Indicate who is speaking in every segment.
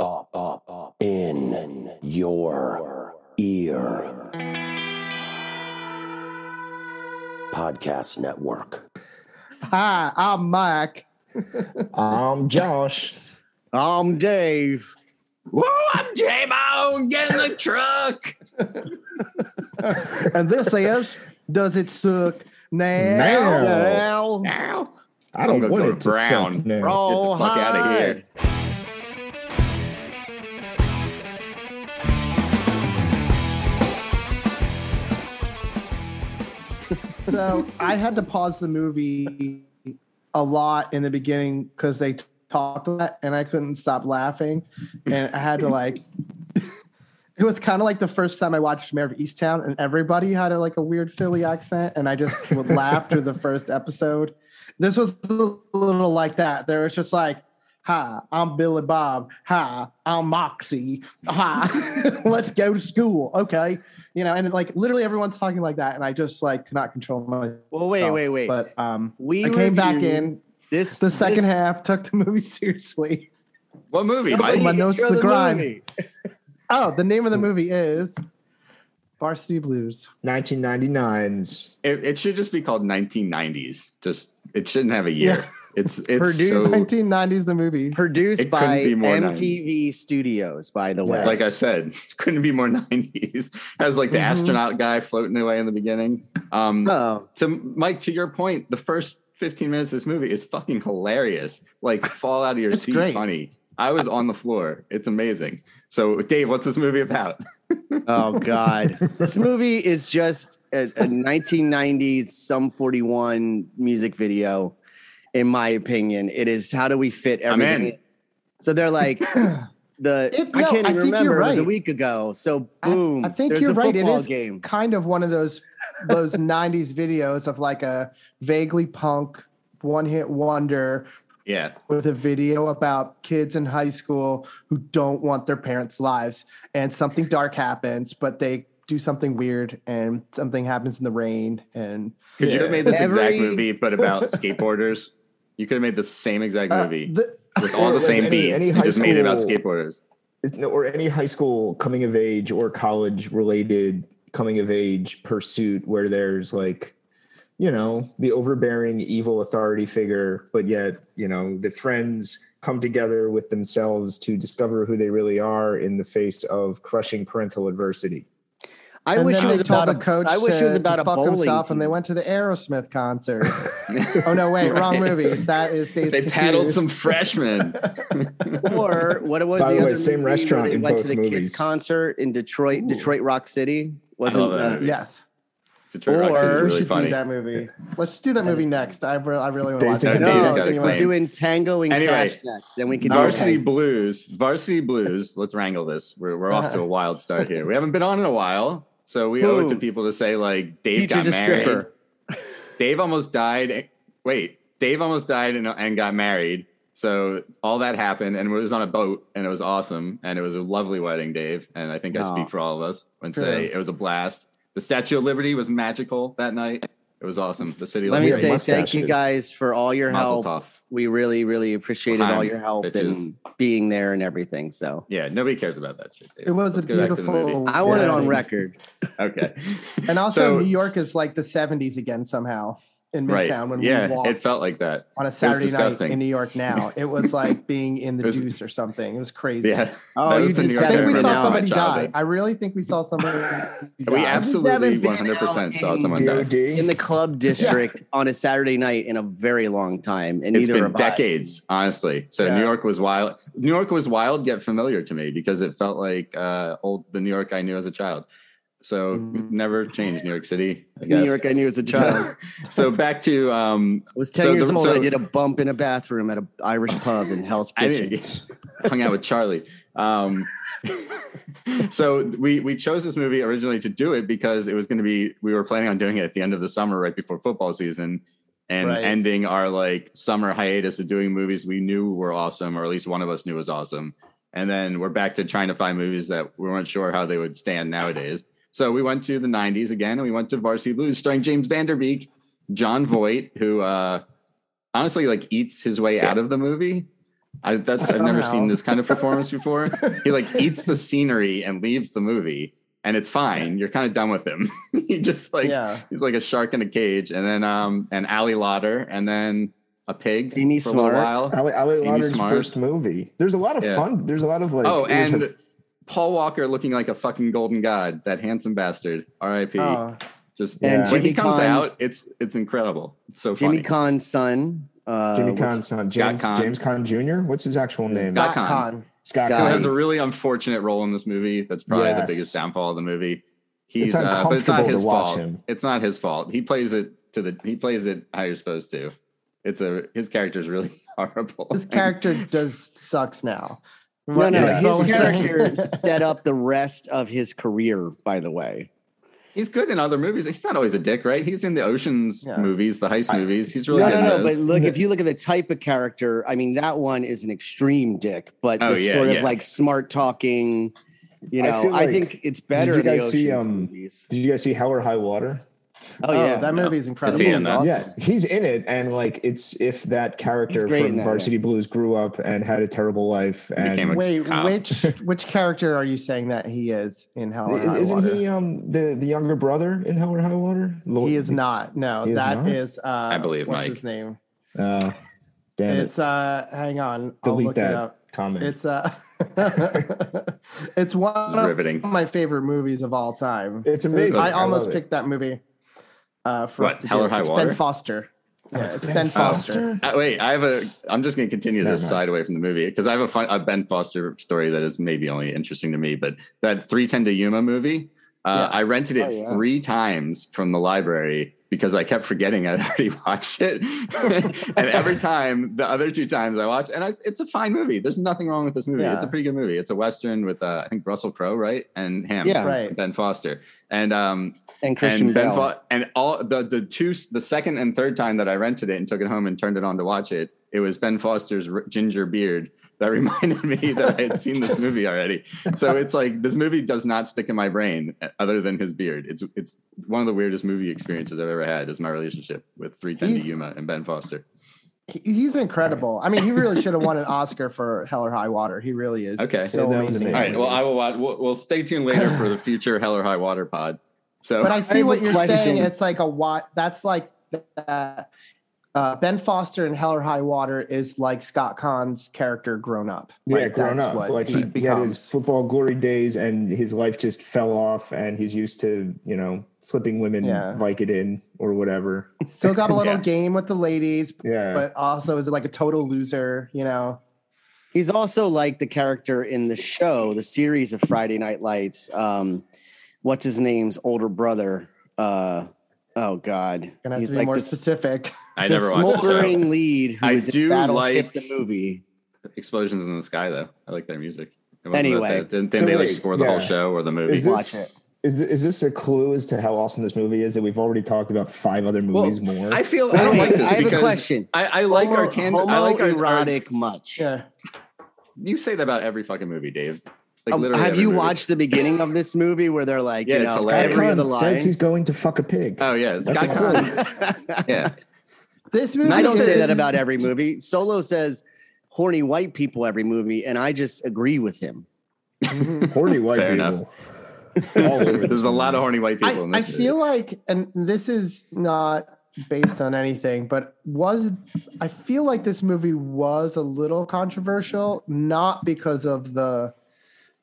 Speaker 1: up, up, up in your ear. Podcast Network.
Speaker 2: Hi, I'm Mike.
Speaker 3: I'm Um, Josh.
Speaker 4: I'm Dave.
Speaker 5: Woo, I'm J-Bone, get in the truck.
Speaker 2: and this is Does It Suck Now?
Speaker 3: Now.
Speaker 5: Now.
Speaker 3: I don't
Speaker 5: I'm gonna
Speaker 3: want
Speaker 5: go
Speaker 3: it to
Speaker 5: to Brown.
Speaker 3: suck now.
Speaker 2: Roll
Speaker 5: Get the fuck outta
Speaker 2: High.
Speaker 5: here.
Speaker 2: so I had to pause the movie a lot in the beginning because they t- talked a lot and I couldn't stop laughing. And I had to like, it was kind of like the first time I watched Mayor of Easttown and everybody had a, like a weird Philly accent. And I just would laugh through the first episode. This was a little like that. There was just like, Hi, I'm Billy Bob. Hi, I'm Moxie. Hi, let's go to school. Okay. You know, and like literally everyone's talking like that. And I just like could not control my
Speaker 4: Well, wait,
Speaker 2: So,
Speaker 4: wait, wait.
Speaker 2: but um
Speaker 4: we
Speaker 2: I came back
Speaker 4: reviewed
Speaker 2: in
Speaker 4: this
Speaker 2: the second
Speaker 4: this-
Speaker 2: half, took the movie seriously.
Speaker 5: What movie,
Speaker 2: Nobody-
Speaker 5: Mike?
Speaker 2: My nose to the
Speaker 4: Other
Speaker 2: grind.
Speaker 4: movie.
Speaker 2: Oh, the name of the movie is Varsity Blues.
Speaker 3: 1999's.
Speaker 5: It, it should just be called 1990s. Just it shouldn't have a year. It's it's so
Speaker 4: Produced-
Speaker 2: 1990s, the movie.
Speaker 4: Produced
Speaker 5: It couldn't
Speaker 4: by
Speaker 5: be more
Speaker 4: MTV Studios, by the way.
Speaker 5: like I said, couldn't be more 90s. Has like the
Speaker 2: Mhm.
Speaker 5: astronaut guy floating away in the beginning. Um,
Speaker 4: Oh,
Speaker 5: to Mike, to your point, the first 15 minutes of this movie is fucking hilarious. Like fall out of your
Speaker 2: It's
Speaker 5: seat,
Speaker 2: great.
Speaker 5: funny. I was on the floor. It's amazing. So, Dave, what's this movie about?
Speaker 4: oh God. this movie is just a, a 1990s Sum 41 music video, in my opinion. It is how do we fit
Speaker 5: I'm
Speaker 4: everything?
Speaker 5: in.
Speaker 4: in? So they're like, the
Speaker 2: It-
Speaker 4: I
Speaker 2: no,
Speaker 4: can't
Speaker 2: I
Speaker 4: even
Speaker 2: think you're
Speaker 4: remember. It was a
Speaker 2: right.
Speaker 4: week ago. So
Speaker 2: I-
Speaker 4: boom.
Speaker 2: I think
Speaker 4: there's
Speaker 2: you're
Speaker 4: a
Speaker 2: right. It
Speaker 4: football
Speaker 2: is-
Speaker 4: game.
Speaker 2: Kind of one of those those 90s videos of like a vaguely punk one hit wonder
Speaker 5: Yeah.
Speaker 2: with a video about kids in high school who don't want their parents' lives and something dark happens, but they do something weird and something happens in the rain and
Speaker 5: Could you
Speaker 3: Yeah.
Speaker 5: have made this exact
Speaker 4: Every-
Speaker 5: movie, but about skateboarders? You could have made the same exact
Speaker 2: Uh,
Speaker 5: movie
Speaker 2: the-
Speaker 5: with all the same
Speaker 3: Any-
Speaker 5: beats.
Speaker 3: any
Speaker 5: You
Speaker 3: high
Speaker 5: just made it about
Speaker 3: school-
Speaker 5: skateboarders.
Speaker 3: Or any high school coming of age or college related coming of age pursuit where there's like, you know, the overbearing evil authority figure, but yet, you know, the friends come together with themselves to discover who they really are in the face of crushing parental adversity.
Speaker 4: I
Speaker 2: and
Speaker 4: wish
Speaker 2: then
Speaker 4: it was
Speaker 2: they told
Speaker 4: about
Speaker 2: the
Speaker 4: a
Speaker 2: coach.
Speaker 4: I wish
Speaker 2: to,
Speaker 4: it was about
Speaker 2: to
Speaker 4: a
Speaker 2: fuck
Speaker 4: bowling
Speaker 2: himself, and they
Speaker 4: team.
Speaker 2: went to the Aerosmith concert. oh no, wait, wrong
Speaker 5: Right.
Speaker 2: movie. That is Days.
Speaker 5: They paddled some
Speaker 2: Confused.
Speaker 5: freshmen.
Speaker 4: or what was
Speaker 3: By
Speaker 4: the
Speaker 3: the way,
Speaker 4: other
Speaker 3: same
Speaker 4: movie where
Speaker 3: restaurant
Speaker 4: they
Speaker 3: in
Speaker 4: went
Speaker 3: both
Speaker 4: to the
Speaker 3: movies.
Speaker 4: Kiss concert in Detroit, Detroit Rock City. uh,
Speaker 5: love that movie.
Speaker 2: Yes,
Speaker 5: Detroit Rock
Speaker 4: Or-
Speaker 5: is
Speaker 2: we
Speaker 5: really
Speaker 2: should
Speaker 5: funny.
Speaker 2: do that movie. Let's do that movie next. I, re- I really want to
Speaker 3: Days
Speaker 2: watch that.
Speaker 3: Days
Speaker 2: movie.
Speaker 5: Days
Speaker 4: No,
Speaker 5: Days
Speaker 2: Does
Speaker 5: Days
Speaker 2: anyone-
Speaker 4: we're
Speaker 5: Days.
Speaker 4: doing Tango and
Speaker 5: Anyway,
Speaker 4: Cash next. Then we can do
Speaker 5: Varsity
Speaker 4: okay.
Speaker 5: Blues. Varsity Blues. Let's wrangle this. We're, we're off to a wild start here. We haven't been on in a while, so we owe it to
Speaker 4: Boom.
Speaker 5: people to say like Dave
Speaker 4: Teacher's
Speaker 5: got
Speaker 4: a
Speaker 5: married.
Speaker 4: stripper.
Speaker 5: Dave almost died. Wait, Dave almost died and, and got married. So all that happened, and it was on a boat, and it was awesome, and it was a lovely wedding, Dave. And I think I
Speaker 4: Aw.
Speaker 5: speak for all of us when
Speaker 2: True.
Speaker 5: say it was a blast. The Statue of Liberty was magical that night. It was awesome. The city.
Speaker 4: Let me
Speaker 3: Weird
Speaker 5: lights,
Speaker 4: say thank you
Speaker 3: mustaches.
Speaker 4: guys for all your
Speaker 5: Mazel
Speaker 4: help.
Speaker 5: tov.
Speaker 4: We really, really appreciated
Speaker 5: Time,
Speaker 4: all your help and being there and everything. So
Speaker 5: Yeah, nobody cares about that shit. Dave.
Speaker 2: It was
Speaker 5: Let's
Speaker 2: a
Speaker 5: go back to the
Speaker 2: beautiful.
Speaker 5: movie.
Speaker 4: I want it on
Speaker 2: wedding.
Speaker 4: record.
Speaker 5: Okay.
Speaker 2: And also,
Speaker 5: So-
Speaker 2: New York is like the '70s again somehow in
Speaker 5: right.
Speaker 2: Midtown when
Speaker 5: yeah,
Speaker 2: we walked
Speaker 5: it felt like that.
Speaker 2: on a Saturday night
Speaker 5: disgusting.
Speaker 2: in New York. Now it was like being in the
Speaker 5: It was-
Speaker 2: Deuce or something. It was crazy.
Speaker 5: Yeah.
Speaker 4: Oh,
Speaker 5: That was
Speaker 4: you
Speaker 5: the New
Speaker 4: just
Speaker 5: York
Speaker 2: I think we
Speaker 5: Right
Speaker 2: saw
Speaker 5: now,
Speaker 2: somebody
Speaker 5: my
Speaker 2: die.
Speaker 5: childhood.
Speaker 2: I really think we saw somebody.
Speaker 5: We
Speaker 2: die.
Speaker 5: absolutely
Speaker 4: haven't been
Speaker 5: 100% saw
Speaker 4: out
Speaker 5: someone die.
Speaker 3: DOD.
Speaker 4: in the club district on a Saturday night in a very long time, and
Speaker 5: It's
Speaker 4: neither
Speaker 5: been
Speaker 4: have I.
Speaker 5: decades, honestly. So
Speaker 2: Yeah.
Speaker 5: New York was wild. New York was wild yet familiar to me because it felt like uh, old the New York I knew as a child. So
Speaker 2: Mhm.
Speaker 5: never changed New York City. I guess.
Speaker 4: Mm. New York, I knew as a child.
Speaker 5: so back to um,
Speaker 4: I was 10
Speaker 5: So
Speaker 4: years
Speaker 5: the-
Speaker 4: old. I
Speaker 5: so-
Speaker 4: did a bump in a bathroom at an Irish pub in Hell's
Speaker 5: I
Speaker 4: Kitchen.
Speaker 5: didn't, hung out with Charlie. Um, so we we chose this movie originally to do it because it was going to be we were planning on doing it at the end of the summer right before football season and
Speaker 2: Right.
Speaker 5: ending our like summer hiatus of doing movies we knew were awesome or at least one of us knew was awesome and then we're back to trying to find movies that we weren't sure how they would stand nowadays so we went to the 90s again and we went to varsity blues starring james vanderbeek john voight who uh honestly like eats his way out of the movie I, that's I've never
Speaker 2: Somehow.
Speaker 5: seen this kind of performance before. he like eats the scenery and leaves the movie, and it's fine. You're kind of done with him. he just like
Speaker 2: yeah.
Speaker 5: he's like a shark in a cage, and then um and Ali Lauder, and then a pig
Speaker 4: Jeannie
Speaker 5: for
Speaker 4: Smart.
Speaker 5: a little while.
Speaker 3: Ali, Ali
Speaker 5: Amy
Speaker 3: Lauder's
Speaker 5: Smart.
Speaker 3: first movie. There's a lot of
Speaker 5: Yeah.
Speaker 3: fun. There's a lot of like.
Speaker 5: oh,
Speaker 3: it was her-
Speaker 5: and Paul Walker looking like a fucking golden god. That handsome bastard. R.I.P.
Speaker 2: Oh,
Speaker 5: Just
Speaker 4: And
Speaker 3: Yeah.
Speaker 5: when he
Speaker 4: Jimmy
Speaker 5: comes out,
Speaker 4: Conn's-
Speaker 5: it's it's incredible. It's so
Speaker 4: Jimmy
Speaker 5: funny.
Speaker 4: Kahn's son. Uh,
Speaker 3: Jimmy
Speaker 4: what's-
Speaker 3: Conn's son,
Speaker 5: Scott
Speaker 3: James
Speaker 5: Conn.
Speaker 3: James Conn Jr. What's his actual name?
Speaker 5: Scott
Speaker 2: Scott
Speaker 5: Conn.
Speaker 2: Conn.
Speaker 3: Scott
Speaker 5: who
Speaker 4: Guy.
Speaker 5: has a really unfortunate role in this movie. That's probably
Speaker 3: Yes.
Speaker 5: the biggest downfall of the movie.
Speaker 3: It's
Speaker 5: He's uh, but it's not
Speaker 3: uncomfortable to
Speaker 5: his
Speaker 3: watch
Speaker 5: fault.
Speaker 3: him.
Speaker 5: It's not his fault. He plays it to the he plays it how you're supposed to. It's a his character's really horrible.
Speaker 2: His character does sucks now.
Speaker 4: No, no,
Speaker 3: Yeah.
Speaker 2: Bowen
Speaker 4: his
Speaker 2: saying-
Speaker 4: character set up the rest of his career. By the way,
Speaker 5: He's good in other movies. He's not always a dick, right? He's in the Ocean's
Speaker 2: Yeah.
Speaker 5: movies, the heist
Speaker 3: I-
Speaker 5: movies. He's
Speaker 4: no,
Speaker 5: really good in
Speaker 4: no, no.
Speaker 5: those.
Speaker 4: But look, if you look at the type of character, I mean, that one is an extreme dick, but
Speaker 5: Oh,
Speaker 4: the
Speaker 5: yeah,
Speaker 4: sort of
Speaker 5: yeah.
Speaker 4: like smart talking. You
Speaker 3: I
Speaker 4: know, I,
Speaker 3: feel like-
Speaker 4: think it's better.
Speaker 3: you
Speaker 4: in the
Speaker 3: guys see,
Speaker 4: Ocean's
Speaker 3: um,
Speaker 4: movies.
Speaker 3: Did you guys see Hell or High Water?
Speaker 4: Oh, yeah,
Speaker 2: that
Speaker 5: no.
Speaker 2: movie's incredible.
Speaker 5: he in that?
Speaker 4: Awesome.
Speaker 3: Yeah, he's in it, and like it's if that character
Speaker 4: He's great
Speaker 3: from
Speaker 4: in that,
Speaker 3: Varsity Blues grew up and had a terrible life,
Speaker 5: became a
Speaker 3: and
Speaker 2: Wait,
Speaker 5: Cop.
Speaker 2: which which character are you saying that he is in Hell or High
Speaker 3: isn't
Speaker 2: Water?
Speaker 3: he um the the younger brother in Hell or High Water? Lo-
Speaker 2: He is not. No,
Speaker 3: He is
Speaker 2: that
Speaker 3: not?
Speaker 2: is. uh,
Speaker 5: I believe
Speaker 2: what's
Speaker 5: Mike.
Speaker 2: his name.
Speaker 3: Uh, damn it!
Speaker 2: It's uh, hang on, I'll
Speaker 3: Delete
Speaker 2: look
Speaker 3: that.
Speaker 2: it up.
Speaker 3: Comment.
Speaker 2: It's uh, it's one
Speaker 5: This is
Speaker 2: of
Speaker 5: riveting.
Speaker 2: my favorite movies of all time.
Speaker 3: It's amazing.
Speaker 2: I
Speaker 3: I
Speaker 2: almost
Speaker 3: love it.
Speaker 2: picked that movie uh, for
Speaker 5: What,
Speaker 2: us to
Speaker 5: Hell
Speaker 2: do.
Speaker 5: or High
Speaker 2: it's
Speaker 5: Water?
Speaker 2: Ben Foster.
Speaker 3: Oh,
Speaker 2: Yeah, it's Ben Foster.
Speaker 5: Uh, wait, I have a. I'm just going to continue
Speaker 3: Never
Speaker 5: this
Speaker 3: mind.
Speaker 5: side away from the movie because I have a fun a Ben Foster story that is maybe only interesting to me. But that 310 to Yuma movie, uh, I rented it
Speaker 4: Oh, yeah.
Speaker 5: three times from the library because I kept forgetting I'd already watched it, and every time the other two times I watched, and I, it's a fine movie. There's nothing wrong with this movie. It's a
Speaker 2: Yeah.
Speaker 5: pretty good movie. It's a western with uh, I think Russell Crowe, right, and him,
Speaker 4: Yeah.
Speaker 2: Right.
Speaker 5: Ben Foster, and um,
Speaker 4: and Christian
Speaker 5: and Ben
Speaker 4: Bell.
Speaker 5: Fo- and all the the two the second and third time that I rented it and took it home and turned it on to watch it, it was Ben Foster's r- ginger beard that reminded me that I had seen this movie already. So it's like this movie does not stick in my brain uh, other than his beard. It's it's one of the weirdest movie experiences I've ever had is my relationship with 310
Speaker 2: He's-
Speaker 5: to Yuma and Ben Foster.
Speaker 2: He- He's incredible. I mean, he really should have won an Oscar for Hell or High Water. He really is.
Speaker 5: Okay.
Speaker 2: so
Speaker 3: Yeah, that was
Speaker 2: amazing.
Speaker 5: All
Speaker 3: amazing.
Speaker 5: right, well I will watch. We'll, we'll stay tuned later for the future Hell or High Water pod. So
Speaker 2: But I see
Speaker 4: have a
Speaker 2: what you're
Speaker 4: question.
Speaker 2: saying. It's like a what? That's like that. Uh, ben Foster in Hell or High Water is like Scott Kahn's character grown up.
Speaker 3: Yeah,
Speaker 2: Like,
Speaker 3: grown
Speaker 2: that's
Speaker 3: up.
Speaker 2: what
Speaker 3: Like
Speaker 2: he
Speaker 3: he, he had his
Speaker 2: becomes.
Speaker 3: football glory days, and his life just fell off, and he's used to you know slipping women
Speaker 2: Yeah.
Speaker 3: Vicodin or whatever.
Speaker 2: Still got a little
Speaker 5: Yeah.
Speaker 2: game with the ladies,
Speaker 3: Yeah,
Speaker 2: but also is like a total loser. You know,
Speaker 4: He's also like the character in the show, the series of Friday Night Lights. Um, what's his name's older brother? Uh, oh God,
Speaker 2: gonna have
Speaker 4: he's
Speaker 2: to be
Speaker 4: like
Speaker 2: more
Speaker 4: the,
Speaker 2: specific.
Speaker 5: I
Speaker 4: the
Speaker 5: never watched the show.
Speaker 4: smoldering lead who
Speaker 5: I
Speaker 4: was
Speaker 5: do
Speaker 4: in Battleship
Speaker 5: like-
Speaker 4: the movie.
Speaker 5: Explosions in the Sky though. I like their music. It wasn't that
Speaker 4: Anyway.
Speaker 5: bad. then, then
Speaker 3: So
Speaker 5: they like
Speaker 3: wait,
Speaker 5: score the
Speaker 3: yeah.
Speaker 5: whole show or the movie.
Speaker 3: Is this-
Speaker 4: Watch it.
Speaker 3: is thi- is this a clue as to how awesome this movie is that we've already talked about five other
Speaker 5: Well,
Speaker 3: movies more?
Speaker 5: I feel I don't
Speaker 4: Wait,
Speaker 5: like this
Speaker 4: I have
Speaker 5: because
Speaker 4: a question.
Speaker 5: I, I like
Speaker 4: Homo-
Speaker 5: our tangent. I like our, our
Speaker 4: homoerotic much.
Speaker 2: Yeah.
Speaker 5: You say that about every fucking movie, Dave. Like
Speaker 4: Um,
Speaker 5: literally.
Speaker 4: have
Speaker 5: every
Speaker 4: you
Speaker 5: movie.
Speaker 4: watched the beginning of this movie where they're like,
Speaker 5: Yeah,
Speaker 4: you
Speaker 5: it's
Speaker 4: know,
Speaker 5: hilarious.
Speaker 4: every
Speaker 3: Icon
Speaker 4: other line?
Speaker 3: says he's going to fuck a pig.
Speaker 5: Oh yeah,
Speaker 3: That's
Speaker 5: Sky
Speaker 3: a
Speaker 5: Con. Yeah,
Speaker 2: This movie.
Speaker 4: I don't
Speaker 2: is-
Speaker 4: say that about every movie. Solo says horny white people every movie, and I just agree with him.
Speaker 3: Horny white
Speaker 5: Fair
Speaker 3: people. All over this
Speaker 5: there's a lot of horny white people. in
Speaker 2: I, I
Speaker 5: this
Speaker 2: feel like, and this is not based on anything, but was I feel like this movie was a little controversial, not because of the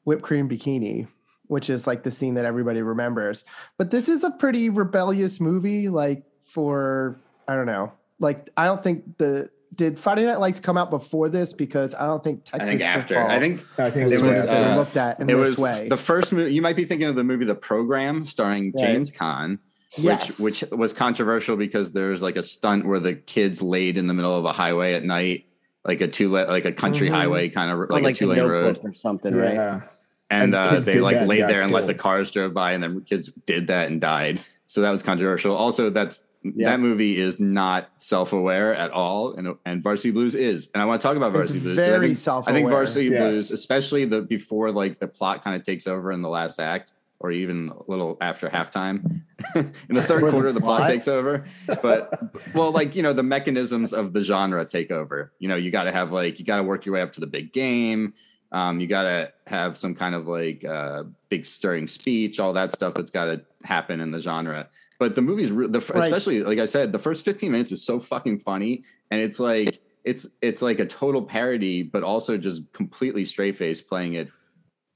Speaker 2: whipped cream bikini, which is like the scene that everybody remembers, but this is a pretty rebellious movie. Like for I don't know, like I don't think the did Friday Night Lights come out before this because I don't think
Speaker 5: I
Speaker 2: Texas
Speaker 5: think after.
Speaker 2: football
Speaker 5: I think
Speaker 3: I think
Speaker 2: is
Speaker 5: it
Speaker 3: this
Speaker 5: was,
Speaker 3: was
Speaker 2: really
Speaker 5: uh,
Speaker 2: looked at in
Speaker 5: it
Speaker 2: this
Speaker 5: was
Speaker 2: way.
Speaker 5: the first movie. You might be thinking of the movie The Program, starring
Speaker 2: Right.
Speaker 5: James Caan.
Speaker 2: Yes.
Speaker 5: which which was controversial because there was like a stunt where the kids laid in the middle of a highway at night, like a two le- like a country
Speaker 2: Mhm.
Speaker 5: highway kind of
Speaker 4: Like,
Speaker 5: like, a two
Speaker 4: the
Speaker 5: lane road,
Speaker 4: notebook or something, right?
Speaker 3: yeah.
Speaker 5: and
Speaker 3: And
Speaker 5: uh,
Speaker 3: kids
Speaker 5: they
Speaker 3: did
Speaker 5: like
Speaker 3: that and
Speaker 5: laid
Speaker 3: got
Speaker 5: there and let the
Speaker 3: killed.
Speaker 5: cars drove by, and then kids did that and died. So that was controversial. Also, that's
Speaker 4: Yeah.
Speaker 5: that movie is not self aware at all, and and Varsity Blues is. And I want to talk about
Speaker 2: it's
Speaker 5: Varsity Blues. 'cause I
Speaker 2: very
Speaker 5: think-
Speaker 2: self.
Speaker 5: I think Varsity
Speaker 3: Yes.
Speaker 5: Blues, especially the before like the plot kind of takes over in the last act, or even a little after halftime. In the third
Speaker 2: Was it
Speaker 5: quarter, the plot
Speaker 2: plot?
Speaker 5: takes over. But well, like you know, the mechanisms of the genre take over. You know, you got to have like you got to work your way up to the big game. Um, you got to have some kind of like uh, big stirring speech, all that stuff that's got to happen in the genre. But the movie's re- the, f
Speaker 2: Right.
Speaker 5: especially like I said, the first 15 minutes is so fucking funny, and it's like it's it's like a total parody, but also just completely straight face playing it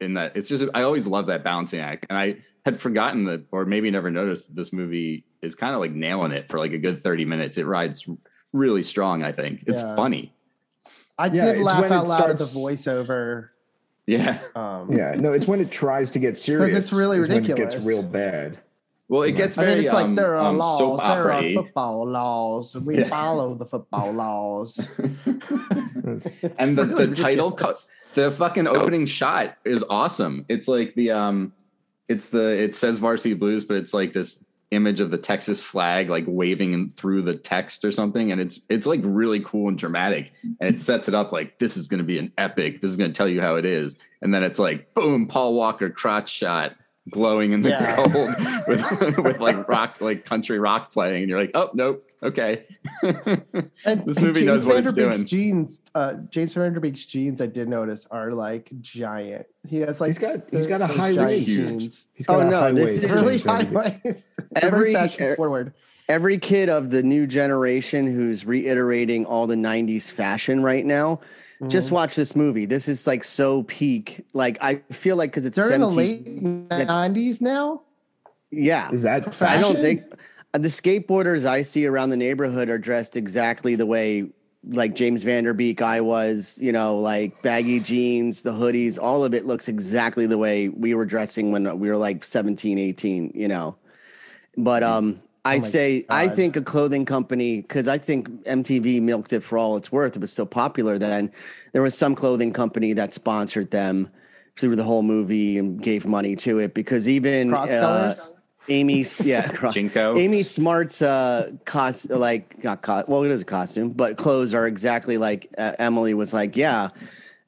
Speaker 5: in that it's just I always love that balancing act, and I had forgotten that, or maybe never noticed that this movie is kind of like nailing it for like a good thirty minutes. It rides really strong. I think it's
Speaker 2: Yeah.
Speaker 5: funny.
Speaker 2: I
Speaker 3: Yeah,
Speaker 2: did
Speaker 3: it's
Speaker 2: laugh
Speaker 3: when it
Speaker 2: out loud at the
Speaker 3: starts-
Speaker 2: voiceover.
Speaker 5: Yeah.
Speaker 2: Um,
Speaker 3: Yeah, no, it's when it tries to get serious.
Speaker 2: it's really
Speaker 3: is When it
Speaker 2: ridiculous.
Speaker 3: gets real bad.
Speaker 5: Well, it
Speaker 3: Yeah.
Speaker 5: gets
Speaker 2: I
Speaker 5: very
Speaker 2: mean, it's like
Speaker 5: um,
Speaker 2: there are
Speaker 5: um,
Speaker 2: laws,
Speaker 5: soap
Speaker 2: there
Speaker 5: opera.
Speaker 2: are football laws, and we
Speaker 5: Yeah.
Speaker 2: follow the football laws. It's
Speaker 5: And the-
Speaker 2: really
Speaker 5: the title co-
Speaker 2: ridiculous.
Speaker 5: the fucking opening shot is awesome. It's like the um, it's the it says Varsity Blues, but it's like this image of the Texas flag like waving in through the text or something, and it's it's like really cool and dramatic, and it sets it up like this is going to be an epic. This is going to tell you how it is, and then it's like boom, Paul Walker crotch shot. Glowing in the
Speaker 2: Yeah.
Speaker 5: cold with with like rock, like country rock playing, and you're like, oh nope, okay.
Speaker 2: And
Speaker 5: This movie
Speaker 2: James
Speaker 5: knows what it's
Speaker 2: Vanderbeek's
Speaker 5: doing.
Speaker 2: Jeans, uh, James Vanderbeek's jeans, I did notice, are like giant. He has like
Speaker 3: He's got he's got a
Speaker 2: those
Speaker 3: high
Speaker 2: giant
Speaker 3: waist.
Speaker 2: jeans.
Speaker 3: He's got
Speaker 4: Oh,
Speaker 3: a
Speaker 4: no,
Speaker 3: high
Speaker 4: this
Speaker 3: waist.
Speaker 4: is-
Speaker 2: Really
Speaker 3: James
Speaker 2: high
Speaker 3: Vanderbeek.
Speaker 2: waist.
Speaker 4: Every-
Speaker 2: Every fashion
Speaker 5: er,
Speaker 2: forward.
Speaker 4: every kid of the new generation who's reiterating all the 90s fashion right now
Speaker 2: Mm-hmm.
Speaker 4: just watch this movie this is like so peak like i feel like because it's
Speaker 2: They're in the
Speaker 4: MTV
Speaker 2: late nineties now.
Speaker 4: yeah
Speaker 3: Is that
Speaker 4: i
Speaker 3: fashion?
Speaker 4: don't think uh, the skateboarders i see around the neighborhood are dressed exactly the way like james vanderbeek i was you know like baggy jeans the hoodies all of it looks exactly the way we were dressing when we were like 17 18 you know but um
Speaker 2: Oh
Speaker 4: I'd
Speaker 2: my
Speaker 4: say I
Speaker 2: God.
Speaker 4: think a clothing company because I think MTV milked it for all it's worth. It was so popular then. There was some clothing company that sponsored them through the whole movie and gave money to it because even
Speaker 2: Cross
Speaker 4: uh,
Speaker 2: colors.
Speaker 4: Amy's yeah, cross-
Speaker 5: Jinko.
Speaker 4: Amy Smart's uh, cost like not cost. Well, it is a costume, but clothes are exactly like uh, Emily was like. Yeah,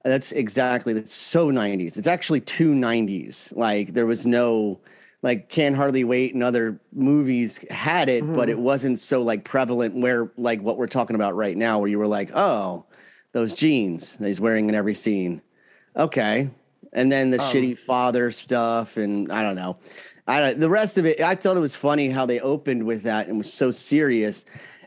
Speaker 4: that's exactly. That's so nineties. It's actually two nineties. Like there was no like can hardly wait and other movies had it but it wasn't so like prevalent where like what we're talking about right now where you were like oh those jeans that he's wearing in every scene okay and then
Speaker 5: Um,
Speaker 4: the shitty father stuff and i don't know i don't, the rest of it i thought it was funny how they opened with that and was so serious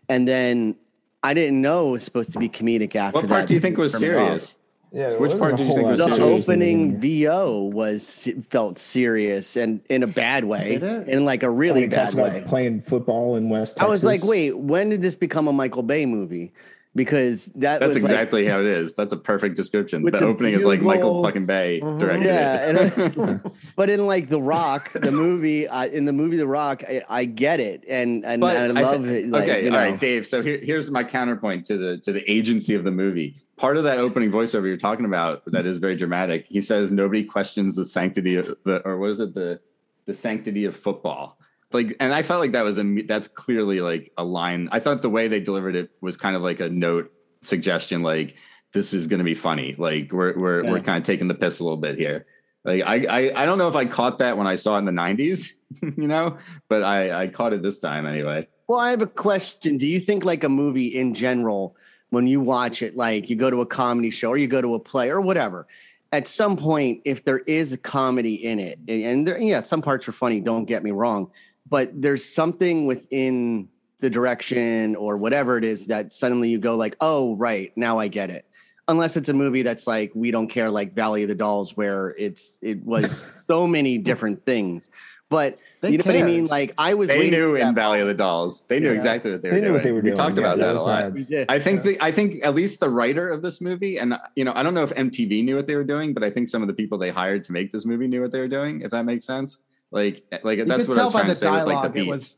Speaker 4: and then i didn't know it was supposed to be comedic after
Speaker 5: What part
Speaker 4: that
Speaker 5: do you think was
Speaker 4: from Rob.
Speaker 5: serious?
Speaker 3: Yeah,
Speaker 5: Which part did you think was
Speaker 4: the
Speaker 5: serious?
Speaker 4: opening VO was felt serious and in a bad way,
Speaker 2: Did it?
Speaker 4: in like a
Speaker 3: Really
Speaker 4: really
Speaker 3: he talks
Speaker 4: bad
Speaker 3: about
Speaker 4: way.
Speaker 3: playing football in West Texas.
Speaker 4: I was like, wait, when did this become a Michael Bay movie? Because that
Speaker 5: That's
Speaker 4: was
Speaker 5: exactly how it is. That's a perfect description.
Speaker 4: With
Speaker 5: The,
Speaker 4: the
Speaker 5: opening is like Michael
Speaker 4: bugle.
Speaker 5: fucking Bay
Speaker 4: Like,
Speaker 5: directed
Speaker 4: yeah,
Speaker 5: it.
Speaker 4: and I- but in like The Rock, the movie, I, in the movie The Rock, I, I get it, and and
Speaker 5: But
Speaker 4: I
Speaker 5: I thi-
Speaker 4: love it. Like,
Speaker 5: okay,
Speaker 4: you know.
Speaker 5: all right, Dave. So here, here's my counterpoint to the to the agency of the movie. Part of that opening voiceover you're talking about that is very dramatic. He says nobody questions the sanctity of the or what is it the the sanctity of football. Like, and I felt like that was a me- that's clearly like a line. I thought the way they delivered it was kind of like a note suggestion, like this is going to be funny. Like we're we're we're
Speaker 3: Yeah.
Speaker 5: kind of taking the piss a little bit here. Like I, I I don't know if I caught that when I saw it in the '90s, you know, but I I caught it this time anyway.
Speaker 4: Well, I have a question. Do you think like a movie in general, when you watch it, like you go to a comedy show or you go to a play or whatever, at some point, if there is a comedy in it, and, and there, yeah, some parts are funny, don't get me wrong, but there's something within the direction or whatever it is that suddenly you go like, oh, right, now I get it. Unless it's a movie that's like we don't care, like Valley of the Dolls, where it's it was so many different things. But
Speaker 2: They
Speaker 4: you know what I
Speaker 2: cared.
Speaker 4: mean? Like I was
Speaker 5: they
Speaker 4: waiting
Speaker 5: knew
Speaker 4: for
Speaker 5: in
Speaker 4: that
Speaker 5: Valley of the Dolls. They knew
Speaker 2: Yeah.
Speaker 5: exactly what they were
Speaker 3: They
Speaker 5: doing.
Speaker 3: knew what they were
Speaker 5: we
Speaker 3: doing.
Speaker 5: talked
Speaker 3: Yeah,
Speaker 5: about
Speaker 3: that
Speaker 5: that, a
Speaker 3: was
Speaker 5: lot.
Speaker 3: my-
Speaker 4: We did.
Speaker 5: I think the, I think at least the writer of this movie, and you know, I don't know if MTV knew what they were doing, but I think some of the people they hired to make this movie knew what they were doing. If that makes sense, like like
Speaker 2: You
Speaker 5: that's
Speaker 2: could
Speaker 5: what I
Speaker 2: tell
Speaker 5: was
Speaker 2: by
Speaker 5: trying
Speaker 2: the
Speaker 5: to say. with, like,
Speaker 2: dialogue
Speaker 5: the
Speaker 2: it
Speaker 5: beat.
Speaker 2: was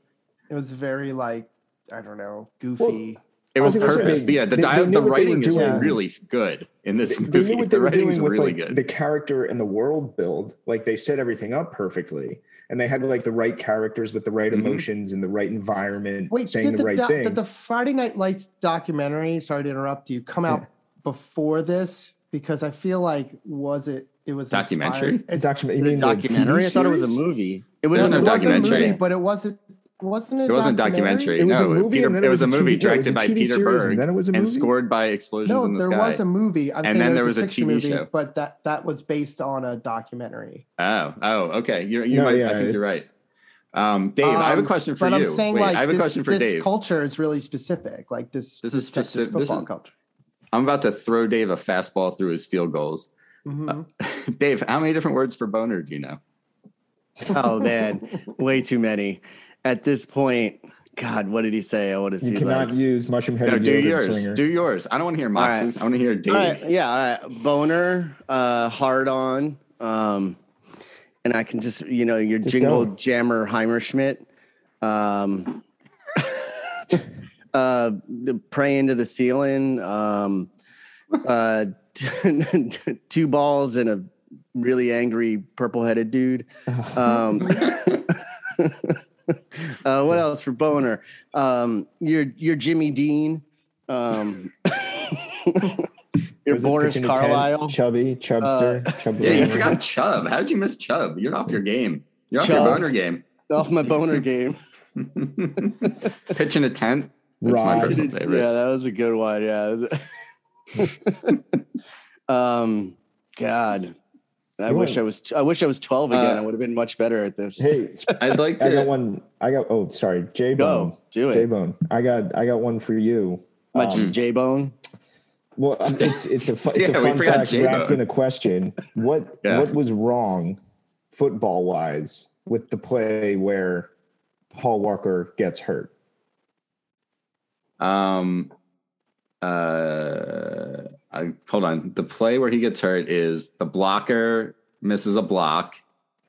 Speaker 2: it was very like I don't know, goofy.
Speaker 5: it
Speaker 3: I
Speaker 5: was
Speaker 3: Oh, was gonna say,
Speaker 5: purpose.
Speaker 3: they-
Speaker 5: yeah, the
Speaker 3: they-
Speaker 5: dia-
Speaker 3: they knew
Speaker 5: the
Speaker 3: what they were
Speaker 5: writing is
Speaker 3: doing.
Speaker 5: really good in this
Speaker 3: They,
Speaker 5: movie.
Speaker 3: they knew what they
Speaker 5: the
Speaker 3: were
Speaker 5: writing's
Speaker 3: doing with
Speaker 5: really
Speaker 3: like
Speaker 5: good.
Speaker 3: the character and the world build. Like they set everything up perfectly, and they had like the right characters with the right
Speaker 5: Mhm.
Speaker 3: emotions and the right environment,
Speaker 2: Wait,
Speaker 3: saying
Speaker 2: did
Speaker 3: the,
Speaker 2: the,
Speaker 3: right
Speaker 2: doc-
Speaker 3: things.
Speaker 2: did the Friday Night Lights documentary? Sorry to interrupt you. Come out before this because I feel like was it it was
Speaker 5: Documentary?
Speaker 2: inspired- It's,
Speaker 3: Document- you
Speaker 4: The
Speaker 3: mean the
Speaker 4: documentary?
Speaker 3: TV
Speaker 4: I thought it was
Speaker 3: series?
Speaker 4: a movie. It
Speaker 5: It
Speaker 4: was
Speaker 5: wasn't
Speaker 4: a
Speaker 5: a
Speaker 2: it was a
Speaker 5: documentary.
Speaker 2: movie, but it wasn't. Wasn't it?
Speaker 5: It wasn't documentary.
Speaker 3: It was
Speaker 5: no,
Speaker 3: a movie,
Speaker 5: Peter,
Speaker 3: and then
Speaker 5: it was a movie
Speaker 3: TV no, it was
Speaker 5: directed
Speaker 3: a
Speaker 5: by
Speaker 3: TV
Speaker 5: Peter
Speaker 3: series,
Speaker 5: Berg
Speaker 3: and then it was a
Speaker 5: and
Speaker 3: movie?
Speaker 5: scored by Explosions
Speaker 2: No,
Speaker 5: in the
Speaker 2: there
Speaker 5: Sky.
Speaker 2: was a movie. I'm
Speaker 5: And
Speaker 2: saying
Speaker 5: then
Speaker 2: there was,
Speaker 5: there
Speaker 2: a
Speaker 5: was a
Speaker 2: fiction
Speaker 5: TV
Speaker 2: movie,
Speaker 5: show.
Speaker 2: but that that was based on a documentary.
Speaker 5: Oh, oh, okay. You're, you
Speaker 3: No,
Speaker 5: might,
Speaker 3: yeah,
Speaker 5: I think you're
Speaker 3: it's-
Speaker 5: right. Um, Dave, I have a
Speaker 2: Um,
Speaker 5: question for
Speaker 2: But
Speaker 5: you.
Speaker 2: I'm saying
Speaker 5: Wait,
Speaker 2: like
Speaker 5: I have a
Speaker 2: this,
Speaker 5: question for
Speaker 2: this
Speaker 5: Dave.
Speaker 2: culture is really specific. Like this.
Speaker 5: This is
Speaker 2: Texas
Speaker 5: specific- this
Speaker 2: football
Speaker 5: is-
Speaker 2: culture.
Speaker 5: I'm about to throw Dave a fastball through his field goals. Uh,
Speaker 2: Mhm.
Speaker 5: Dave, how many different words for boner do you know?
Speaker 4: Oh man, way too many. At this point, God, what did he say? I want to see.
Speaker 3: You cannot
Speaker 4: like,
Speaker 3: use mushroom
Speaker 5: No,
Speaker 3: headed
Speaker 5: do yours.
Speaker 3: slinger.
Speaker 5: Do yours. I don't want to hear
Speaker 4: All right.
Speaker 5: Mox's. I want to hear
Speaker 4: all
Speaker 5: Dave's.
Speaker 4: right, yeah, all right. boner, uh, hard on, um, and I can just you know your
Speaker 3: Just
Speaker 4: jingle
Speaker 3: go.
Speaker 4: jammer Heimerschmidt, um, uh, the praying to the ceiling, um, uh, two balls and a really angry purple headed dude. Um, uh, what else for boner? Um, your your Jimmy Dean, um, your
Speaker 3: Was it
Speaker 4: Boris
Speaker 3: pitching to 10?
Speaker 4: Carlisle,
Speaker 3: Chubby,
Speaker 2: Uh,
Speaker 3: Chubster, Chub
Speaker 5: Yeah, you
Speaker 3: Lorraine.
Speaker 5: forgot Chubb. How did you miss Chubb? You're off your game. You're off
Speaker 4: Chubb.
Speaker 5: your boner game.
Speaker 4: off my boner game.
Speaker 5: Pitching a tent. That's my
Speaker 3: Rod.
Speaker 5: personal favorite.
Speaker 4: Yeah, that was a good one. Yeah. that was- um, God, I
Speaker 3: Good
Speaker 4: wish
Speaker 3: one.
Speaker 4: I was. I wish I was twelve again.
Speaker 5: Uh,
Speaker 4: I would have been much better at this.
Speaker 3: Hey,
Speaker 5: I'd like
Speaker 3: I got
Speaker 5: to.
Speaker 3: one. I got. Oh, sorry, J Bone.
Speaker 4: Go do
Speaker 3: J
Speaker 4: it,
Speaker 3: Bone. I got. I got one for you.
Speaker 4: my
Speaker 3: Um,
Speaker 4: J Bone.
Speaker 3: Well, um, it's it's a fu- it's
Speaker 5: Yeah,
Speaker 3: a
Speaker 5: we
Speaker 3: fun
Speaker 5: forgot
Speaker 3: fact
Speaker 5: J-Bone.
Speaker 3: wrapped in a question. What
Speaker 5: Yeah.
Speaker 3: what was wrong, football wise, with the play where Paul Walker gets hurt?
Speaker 5: Um, uh, I, hold on. The play where he gets hurt is the blocker misses a block,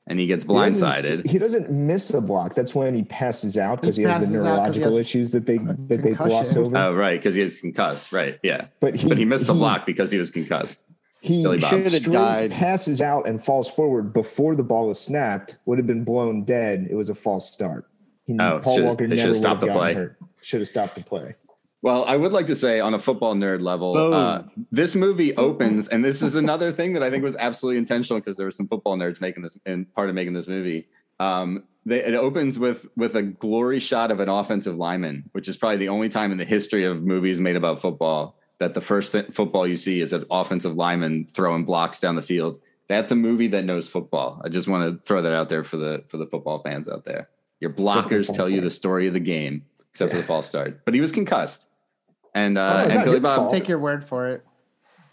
Speaker 5: and he gets
Speaker 3: He doesn't-
Speaker 5: blindsided.
Speaker 3: He doesn't miss a block. That's when he passes out because
Speaker 2: He
Speaker 3: he, has the
Speaker 2: passes out 'cause he
Speaker 3: neurological
Speaker 2: has
Speaker 3: issues that they that they gloss
Speaker 2: concussion.
Speaker 3: over.
Speaker 5: Oh, right, because he is concussed. Right, yeah.
Speaker 3: but he
Speaker 5: But he missed the block because he was concussed.
Speaker 3: He
Speaker 5: Billy Bob.
Speaker 4: Should've
Speaker 3: straight
Speaker 4: died.
Speaker 3: passes out and falls forward before the ball is snapped. Would have been blown dead. It was a false start. He,
Speaker 5: Oh,
Speaker 3: Paul
Speaker 5: should've-
Speaker 3: Walker
Speaker 5: they should've
Speaker 3: never would
Speaker 5: stopped
Speaker 3: have
Speaker 5: the
Speaker 3: gotten
Speaker 5: play.
Speaker 3: hurt. Should have stopped the play.
Speaker 5: Well, I would like to say on a football nerd level,
Speaker 4: Boom.
Speaker 5: uh, this movie opens, and this is another thing that I think was absolutely intentional because there were some football nerds making this and part of making this movie. Um, they, it opens with with a glory shot of an offensive lineman, which is probably the only time in the history of movies made about football that the first th- football you see is an offensive lineman throwing blocks down the field. That's a movie that knows football. I just want to throw that out there for the for the football fans out there. Your blockers
Speaker 3: false
Speaker 5: tell you
Speaker 3: start.
Speaker 5: the story of the game, except for the false start. But he was concussed, and
Speaker 2: Oh,
Speaker 5: uh,
Speaker 2: it's
Speaker 5: and
Speaker 2: not
Speaker 5: Billy
Speaker 3: his
Speaker 5: Bob
Speaker 3: fault.
Speaker 2: Take your word for it.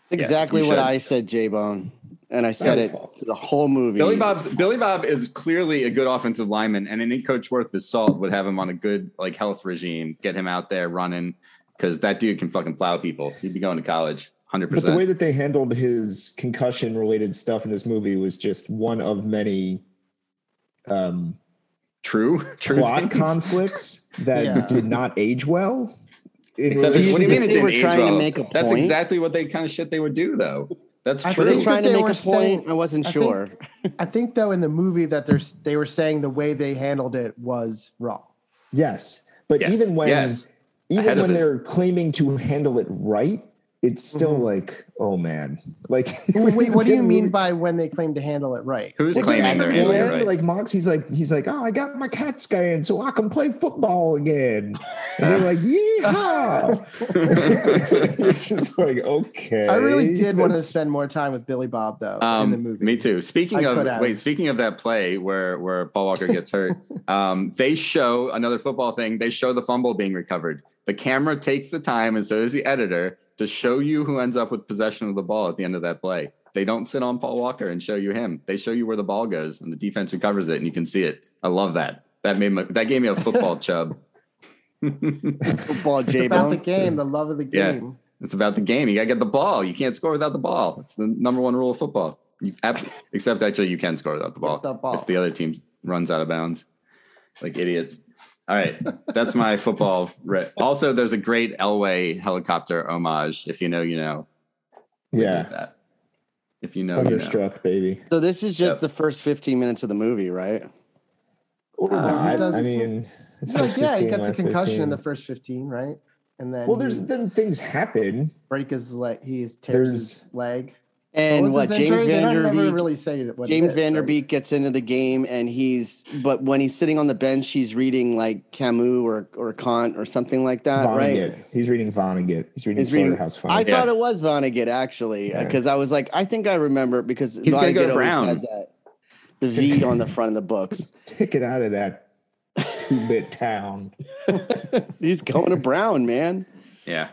Speaker 4: That's
Speaker 5: yeah,
Speaker 4: exactly
Speaker 5: you
Speaker 4: what
Speaker 5: should.
Speaker 4: I said, J Bone, and I said
Speaker 3: his
Speaker 4: it
Speaker 3: fault.
Speaker 4: to the whole movie.
Speaker 5: Billy Bob's Billy Bob is clearly a good offensive lineman, and any coach worth his salt would have him on a good like health regime, get him out there running because that dude can fucking plow people. He'd be going to college, hundred
Speaker 3: But the way
Speaker 5: percent.
Speaker 3: that they handled his concussion related stuff in this movie was just one of many um,
Speaker 5: True, true.
Speaker 3: plot
Speaker 5: things.
Speaker 3: conflicts that
Speaker 2: Yeah.
Speaker 3: did not age well. in
Speaker 5: Except
Speaker 3: relation
Speaker 5: what do you
Speaker 4: think
Speaker 5: mean it
Speaker 4: they
Speaker 5: didn't
Speaker 4: were
Speaker 5: age
Speaker 4: trying to
Speaker 5: well?
Speaker 4: make a
Speaker 5: That's
Speaker 4: point?
Speaker 5: exactly what they kind of shit they would do though. That's
Speaker 2: I
Speaker 5: true.
Speaker 4: were they
Speaker 2: think
Speaker 4: trying to
Speaker 2: that they
Speaker 4: make a
Speaker 2: were
Speaker 4: point?
Speaker 2: saying-
Speaker 4: I wasn't
Speaker 2: I think-
Speaker 4: sure.
Speaker 2: I think though in the movie that there's they were saying the way they handled it was wrong.
Speaker 3: Yes, but
Speaker 5: Yes,
Speaker 3: even when
Speaker 5: yes. Ahead
Speaker 3: even
Speaker 5: of
Speaker 3: when
Speaker 5: it.
Speaker 3: they're claiming to handle it right, it's still
Speaker 2: Mhm.
Speaker 3: like, oh man, like
Speaker 2: Well, wait, what do you mean
Speaker 3: by?
Speaker 2: by when they claim to handle it right?
Speaker 5: Who's
Speaker 3: Well,
Speaker 5: claiming
Speaker 3: that's
Speaker 5: they're
Speaker 4: Max
Speaker 5: handling it
Speaker 3: Glenn,
Speaker 5: right?
Speaker 3: Like Mox, he's like he's like, oh, I got my cat scan, so I can play football again. And they're like, yeah. You're just like, okay.
Speaker 2: I really did want to
Speaker 3: that's-
Speaker 2: spend more time with Billy Bob though in the
Speaker 5: Um,
Speaker 2: movie.
Speaker 5: me too. Speaking
Speaker 2: I
Speaker 5: of
Speaker 2: could have.
Speaker 5: wait, speaking of that play where where Paul Walker gets hurt, um, they show another football thing. They show the fumble being recovered. The camera takes the time, and so does the editor, to show you who ends up with possession of the ball at the end of that play. They don't sit on Paul Walker and show you him. They show you where the ball goes, and the defense recovers it, and you can see it. I love that. That made my, that gave me a football chub.
Speaker 4: Football, J
Speaker 2: It's about the
Speaker 4: Bone.
Speaker 2: game, the love of the
Speaker 5: Yeah.
Speaker 2: game.
Speaker 5: It's about the game. You gotta get the ball. You can't score without the ball. It's the number one rule of football. You, ab- except actually, you can score without the ball,
Speaker 2: Get the ball.
Speaker 5: if the other team runs out of bounds, like idiots. All right, that's my football. Re- also, there's a great Elway helicopter homage. If you know, you know. We did
Speaker 3: Yeah.
Speaker 5: That. If you know, you know.
Speaker 3: Thunderstruck, baby.
Speaker 4: So this is
Speaker 5: Yep.
Speaker 4: just the first fifteen minutes of the movie, right?
Speaker 3: Or
Speaker 5: Uh,
Speaker 2: he
Speaker 3: not.
Speaker 2: Oh, does-
Speaker 3: I mean,
Speaker 2: He's like, yeah, he
Speaker 3: 15,
Speaker 2: gets a
Speaker 3: last
Speaker 2: concussion in the
Speaker 3: 15.
Speaker 2: first 15, right? And then
Speaker 3: Well, there's
Speaker 2: he
Speaker 3: then things happen.
Speaker 2: break his leg. He tears his leg.
Speaker 4: And what,
Speaker 2: was his
Speaker 4: James
Speaker 2: injury? They don't
Speaker 4: Vanderbeek?
Speaker 2: never really say it. what it
Speaker 4: James
Speaker 2: is, right?
Speaker 4: Vanderbeek gets into the game and he's but when he's sitting on the bench, he's reading like Camus or or Kant or something like
Speaker 2: Uh,
Speaker 4: that, right?
Speaker 3: Vonnegut. He's reading Vonnegut. He's reading
Speaker 4: He's reading-
Speaker 3: Slaughterhouse
Speaker 4: I
Speaker 3: Five.
Speaker 5: Yeah.
Speaker 4: thought it was Vonnegut actually
Speaker 3: Yeah.
Speaker 4: because I was like, I think I remember it because
Speaker 5: He's gonna go
Speaker 4: Vonnegut always
Speaker 5: Brown.
Speaker 4: had that the V on the front of the books.
Speaker 3: Take it out of that two-bit town.
Speaker 4: He's going to Brown, man.
Speaker 5: Yeah.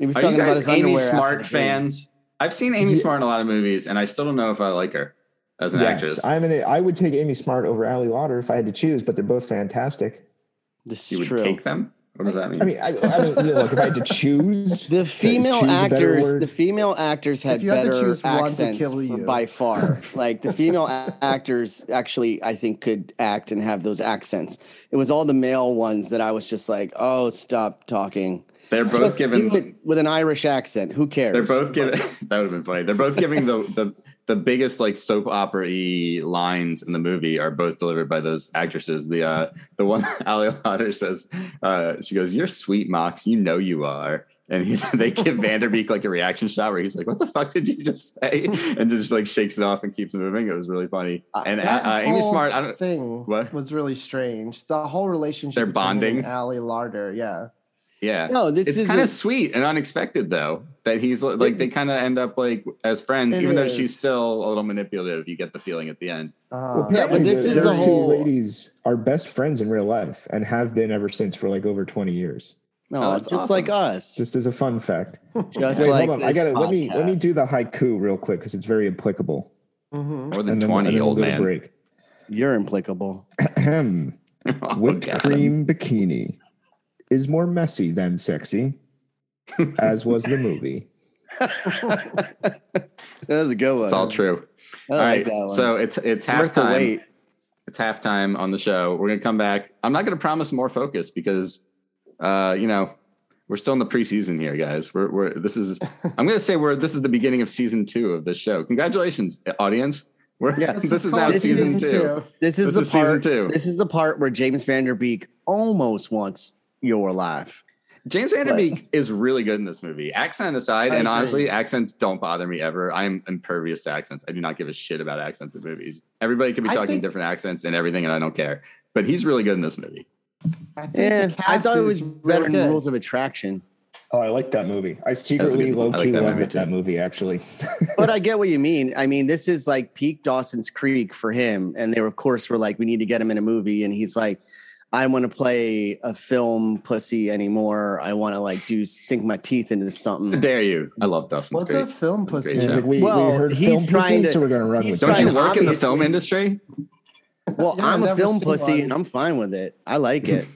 Speaker 4: He was
Speaker 5: Are you
Speaker 4: talking about
Speaker 5: guys
Speaker 4: his
Speaker 5: Amy
Speaker 4: underwear after
Speaker 5: Smart
Speaker 4: the game.
Speaker 5: fans? I've seen Amy Smart in a lot of movies, and I still don't know if I like her as an actress.
Speaker 3: Yes, I'm an. I would take Amy Smart over Ali Lauder if I had to choose, but they're both fantastic.
Speaker 4: This
Speaker 5: you
Speaker 4: is
Speaker 5: would
Speaker 4: true.
Speaker 5: take them? What does that mean?
Speaker 3: I mean, I, I mean, you know, like if I had to choose,
Speaker 4: The
Speaker 3: choose
Speaker 4: female
Speaker 3: a better
Speaker 4: actors,
Speaker 3: word.
Speaker 4: the female actors had
Speaker 2: If you had to
Speaker 4: better
Speaker 2: choose one to
Speaker 4: accents
Speaker 2: kill
Speaker 4: for-
Speaker 2: you.
Speaker 4: by far. like the female a- actors actually, I think, could act and have those accents. It was all the male ones that I was just like, oh, stop talking.
Speaker 5: they're both
Speaker 4: Just do
Speaker 5: given.
Speaker 4: it with an Irish accent. Who cares?
Speaker 5: They're both giving. that would have been funny. They're both giving the the the biggest like soap opera lines in the movie are both delivered by those actresses. The uh the one Ali Lauder says, uh, she goes, "You're sweet, Mox. You know you are." And he, they give Vanderbeek like a reaction shot where he's like, "What the fuck did you just say?" And just like shakes it off and keeps moving. It was really funny.
Speaker 4: Uh,
Speaker 5: And uh,
Speaker 2: That
Speaker 5: uh, Amy
Speaker 2: whole
Speaker 5: Smart, I don't.
Speaker 2: thing
Speaker 5: What?
Speaker 2: was really strange. The whole relationship.
Speaker 5: They're
Speaker 2: between him and
Speaker 5: bonding?
Speaker 2: Ally Larder, yeah.
Speaker 5: Yeah,
Speaker 4: No, this
Speaker 5: it's
Speaker 4: is
Speaker 5: kind
Speaker 4: a-
Speaker 5: of sweet and unexpected though that he's li- like they kind of end up like as friends
Speaker 2: It
Speaker 5: even though
Speaker 2: is.
Speaker 5: she's still a little manipulative you get the feeling at the end
Speaker 2: Uh,
Speaker 4: yeah, but this
Speaker 3: the-
Speaker 4: is
Speaker 3: those
Speaker 4: a
Speaker 3: two
Speaker 4: whole-
Speaker 3: ladies are best friends in real life and have been ever since for like over 20 years.
Speaker 4: no,
Speaker 5: Oh,
Speaker 4: just
Speaker 5: that's
Speaker 4: like
Speaker 5: awesome.
Speaker 4: us. Just,
Speaker 3: Just as a fun fact. Wait,
Speaker 4: like
Speaker 3: hold on. I
Speaker 4: this
Speaker 3: gotta let me let me
Speaker 4: podcast.
Speaker 3: do the haiku real quick because it's very applicable.
Speaker 2: mhm.
Speaker 5: more than
Speaker 3: and then,
Speaker 5: 20
Speaker 3: and then
Speaker 5: old
Speaker 3: we'll go
Speaker 5: man
Speaker 3: to
Speaker 4: You're implicable.
Speaker 3: break.
Speaker 5: Oh,
Speaker 3: Whipped
Speaker 5: God.
Speaker 3: cream bikini is more messy than sexy, as was the movie.
Speaker 4: That was a good one.
Speaker 5: it's all true
Speaker 4: I
Speaker 5: all
Speaker 4: like
Speaker 5: right
Speaker 4: that one.
Speaker 5: so it's it's
Speaker 4: worth the
Speaker 5: halftime
Speaker 4: wait.
Speaker 5: it's halftime on the show we're gonna come back i'm not gonna promise more focus because uh you know we're still in the preseason here guys we're, we're this is i'm gonna say we're this is the beginning of season two of this show congratulations audience we're,
Speaker 4: Yeah.
Speaker 5: this, is now
Speaker 4: This is
Speaker 5: season,
Speaker 4: season
Speaker 5: two.
Speaker 4: This is
Speaker 5: This
Speaker 4: the
Speaker 5: is season
Speaker 4: part.
Speaker 5: two.
Speaker 4: This is the part where James Vanderbeek almost wants your life.
Speaker 5: James Vanderbeek is really good in this movie. Accent aside,
Speaker 2: I
Speaker 5: and
Speaker 2: agree.
Speaker 5: honestly, accents don't bother me ever. I'm impervious to accents. I do not give a shit about accents in movies. Everybody can be
Speaker 2: I
Speaker 5: talking
Speaker 2: think-
Speaker 5: different accents and everything, and I don't care. But he's really good in this movie.
Speaker 2: I think
Speaker 4: Yeah,
Speaker 2: the
Speaker 4: Eh, I
Speaker 2: cast
Speaker 4: thought it
Speaker 2: is
Speaker 4: was
Speaker 2: really
Speaker 4: better than
Speaker 2: good.
Speaker 4: Rules of Attraction,
Speaker 3: Oh, I like that movie. I
Speaker 5: was a
Speaker 3: secretly
Speaker 5: good- I
Speaker 3: low
Speaker 5: like
Speaker 3: key
Speaker 5: that
Speaker 3: loved
Speaker 5: movie,
Speaker 3: it- that
Speaker 5: too.
Speaker 3: movie actually.
Speaker 4: but I get what you mean. I mean, this is like peak Dawson's Creek for him, and they were, of course were like, we need to get him in a movie, and he's like, I want to play a film pussy anymore. I want to like do sink my teeth into
Speaker 5: How
Speaker 4: something.
Speaker 5: dare you? I love Dustin.
Speaker 2: What's a film
Speaker 5: That's
Speaker 2: pussy?
Speaker 5: great.
Speaker 3: He's
Speaker 5: Yeah.
Speaker 3: like, we,
Speaker 4: Well,
Speaker 3: we heard
Speaker 4: he's
Speaker 3: film
Speaker 4: trying
Speaker 3: pussy,
Speaker 4: to-
Speaker 3: so we're gonna run
Speaker 4: he's
Speaker 3: with
Speaker 5: Don't
Speaker 3: that.
Speaker 5: you
Speaker 4: Right,
Speaker 5: work in the film
Speaker 4: obviously.
Speaker 5: industry?
Speaker 4: Well,
Speaker 2: Yeah,
Speaker 4: I'm a
Speaker 2: never
Speaker 4: film
Speaker 2: seen
Speaker 4: pussy
Speaker 2: one.
Speaker 4: and I'm fine with it. I like it.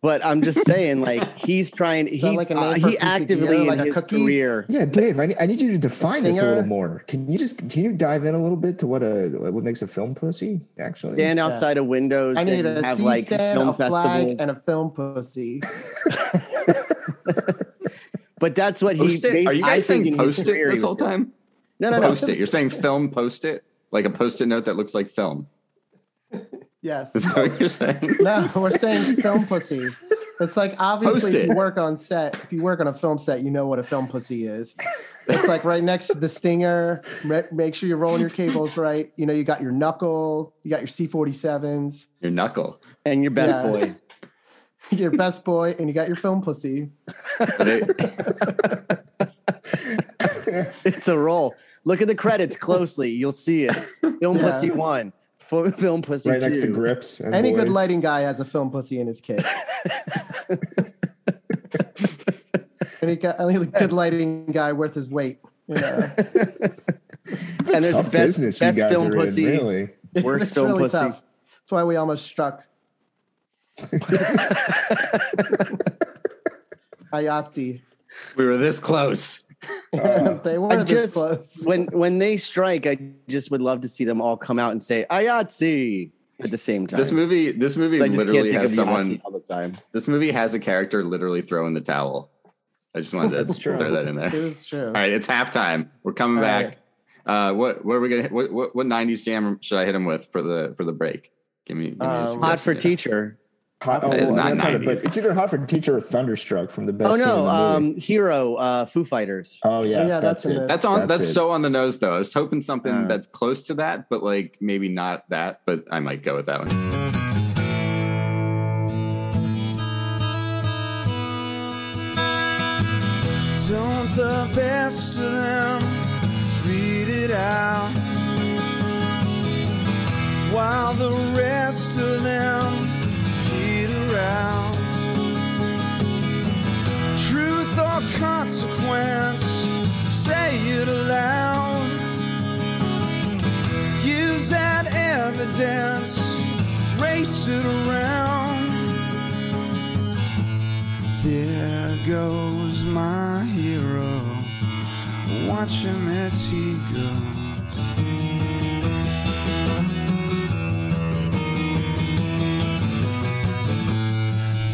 Speaker 4: But I'm just saying, like he's trying.
Speaker 2: that
Speaker 4: He
Speaker 2: like a name
Speaker 4: uh,
Speaker 2: for a
Speaker 4: he
Speaker 2: piece of
Speaker 4: actively
Speaker 2: deer,
Speaker 4: in
Speaker 2: like a
Speaker 4: his
Speaker 2: cookie?
Speaker 4: career.
Speaker 3: Yeah, Dave, I need, I need you to define this a
Speaker 2: stinger?
Speaker 3: little more. Can you just can you dive in a little bit to what a what makes a film pussy actually?
Speaker 4: stand outside of windows
Speaker 2: I need
Speaker 4: and
Speaker 2: a
Speaker 4: have
Speaker 2: C
Speaker 4: like
Speaker 2: stand,
Speaker 4: film
Speaker 2: a flag,
Speaker 4: festivals.
Speaker 2: and a film pussy.
Speaker 4: but that's what he.
Speaker 5: Post it? Are you guys saying post it this whole time?
Speaker 4: No, no, no.
Speaker 5: Post it. You're saying film post it? Like a post it note that looks like film.
Speaker 2: Yes.
Speaker 5: Is that what you're saying?
Speaker 2: No, we're saying film pussy. It's like obviously
Speaker 5: Post
Speaker 2: if you
Speaker 5: it.
Speaker 2: work on set, if you work on a film set, you know what a film pussy is. It's like right next to the stinger. Re- Make sure you're rolling your cables right. You know, you got your knuckle, you got your C47s,
Speaker 5: Your knuckle.
Speaker 4: And your best
Speaker 2: Yeah.
Speaker 4: boy.
Speaker 2: your best boy, and you got your film pussy.
Speaker 5: But it-
Speaker 4: It's a role. Look at the credits closely. You'll see it. Film
Speaker 2: Yeah.
Speaker 4: pussy one. Fo- Film pussy
Speaker 3: right
Speaker 4: two.
Speaker 3: next to grips. And
Speaker 2: Any good
Speaker 3: boys.
Speaker 2: lighting guy has a film pussy in his kit. Any, gu- any good lighting guy worth his weight. You know,
Speaker 3: It's a
Speaker 4: and there's
Speaker 3: tough
Speaker 4: best-
Speaker 3: business
Speaker 4: best
Speaker 3: you guys
Speaker 4: film
Speaker 3: are
Speaker 4: pussy.
Speaker 3: in, really.
Speaker 4: Worst film pussy.
Speaker 2: That's why we almost struck. Ayati.
Speaker 5: we were this close.
Speaker 2: they were
Speaker 4: I
Speaker 2: this
Speaker 4: just
Speaker 2: close.
Speaker 4: when when they strike, I just would love to see them all come out and say "Ayatsi" at the same time.
Speaker 5: This movie, this movie
Speaker 4: I just can't
Speaker 5: literally
Speaker 4: think
Speaker 5: has
Speaker 4: of
Speaker 5: someone
Speaker 4: Yahtzee all the time.
Speaker 5: This movie has a character literally throwing the towel. I just wanted to
Speaker 3: true.
Speaker 5: throw that in there.
Speaker 2: it was true.
Speaker 5: All right, it's halftime. We're coming
Speaker 2: All
Speaker 5: back. Uh, what what are we gonna what, what what '90s jam should I hit him with for the for the break? Give me, give me
Speaker 2: Um,
Speaker 5: a suggestion,
Speaker 4: Uh, Hot for
Speaker 5: yeah.
Speaker 4: teacher.
Speaker 3: Hot, oh,
Speaker 5: That is
Speaker 3: well,
Speaker 5: not
Speaker 3: that's not it,
Speaker 5: 90s.
Speaker 3: but it's either Hot for Teacher or Thunderstruck from the best.
Speaker 4: Oh
Speaker 3: scene in
Speaker 4: no,
Speaker 3: the movie.
Speaker 4: um, Hero, uh, Foo Fighters.
Speaker 3: oh yeah,
Speaker 2: Oh, yeah,
Speaker 3: that's,
Speaker 2: that's in
Speaker 3: it.
Speaker 2: this.
Speaker 5: That's on. That's,
Speaker 3: That's it.
Speaker 5: so on the nose, though. I was hoping something
Speaker 4: Uh.
Speaker 5: that's close to that, but like maybe not that. But I might go with that one.
Speaker 6: Don't the best of them read it out while the rest of them get around? Truth or consequence, say it aloud. Use that evidence, race it around. There goes my hero. Watch him as he goes.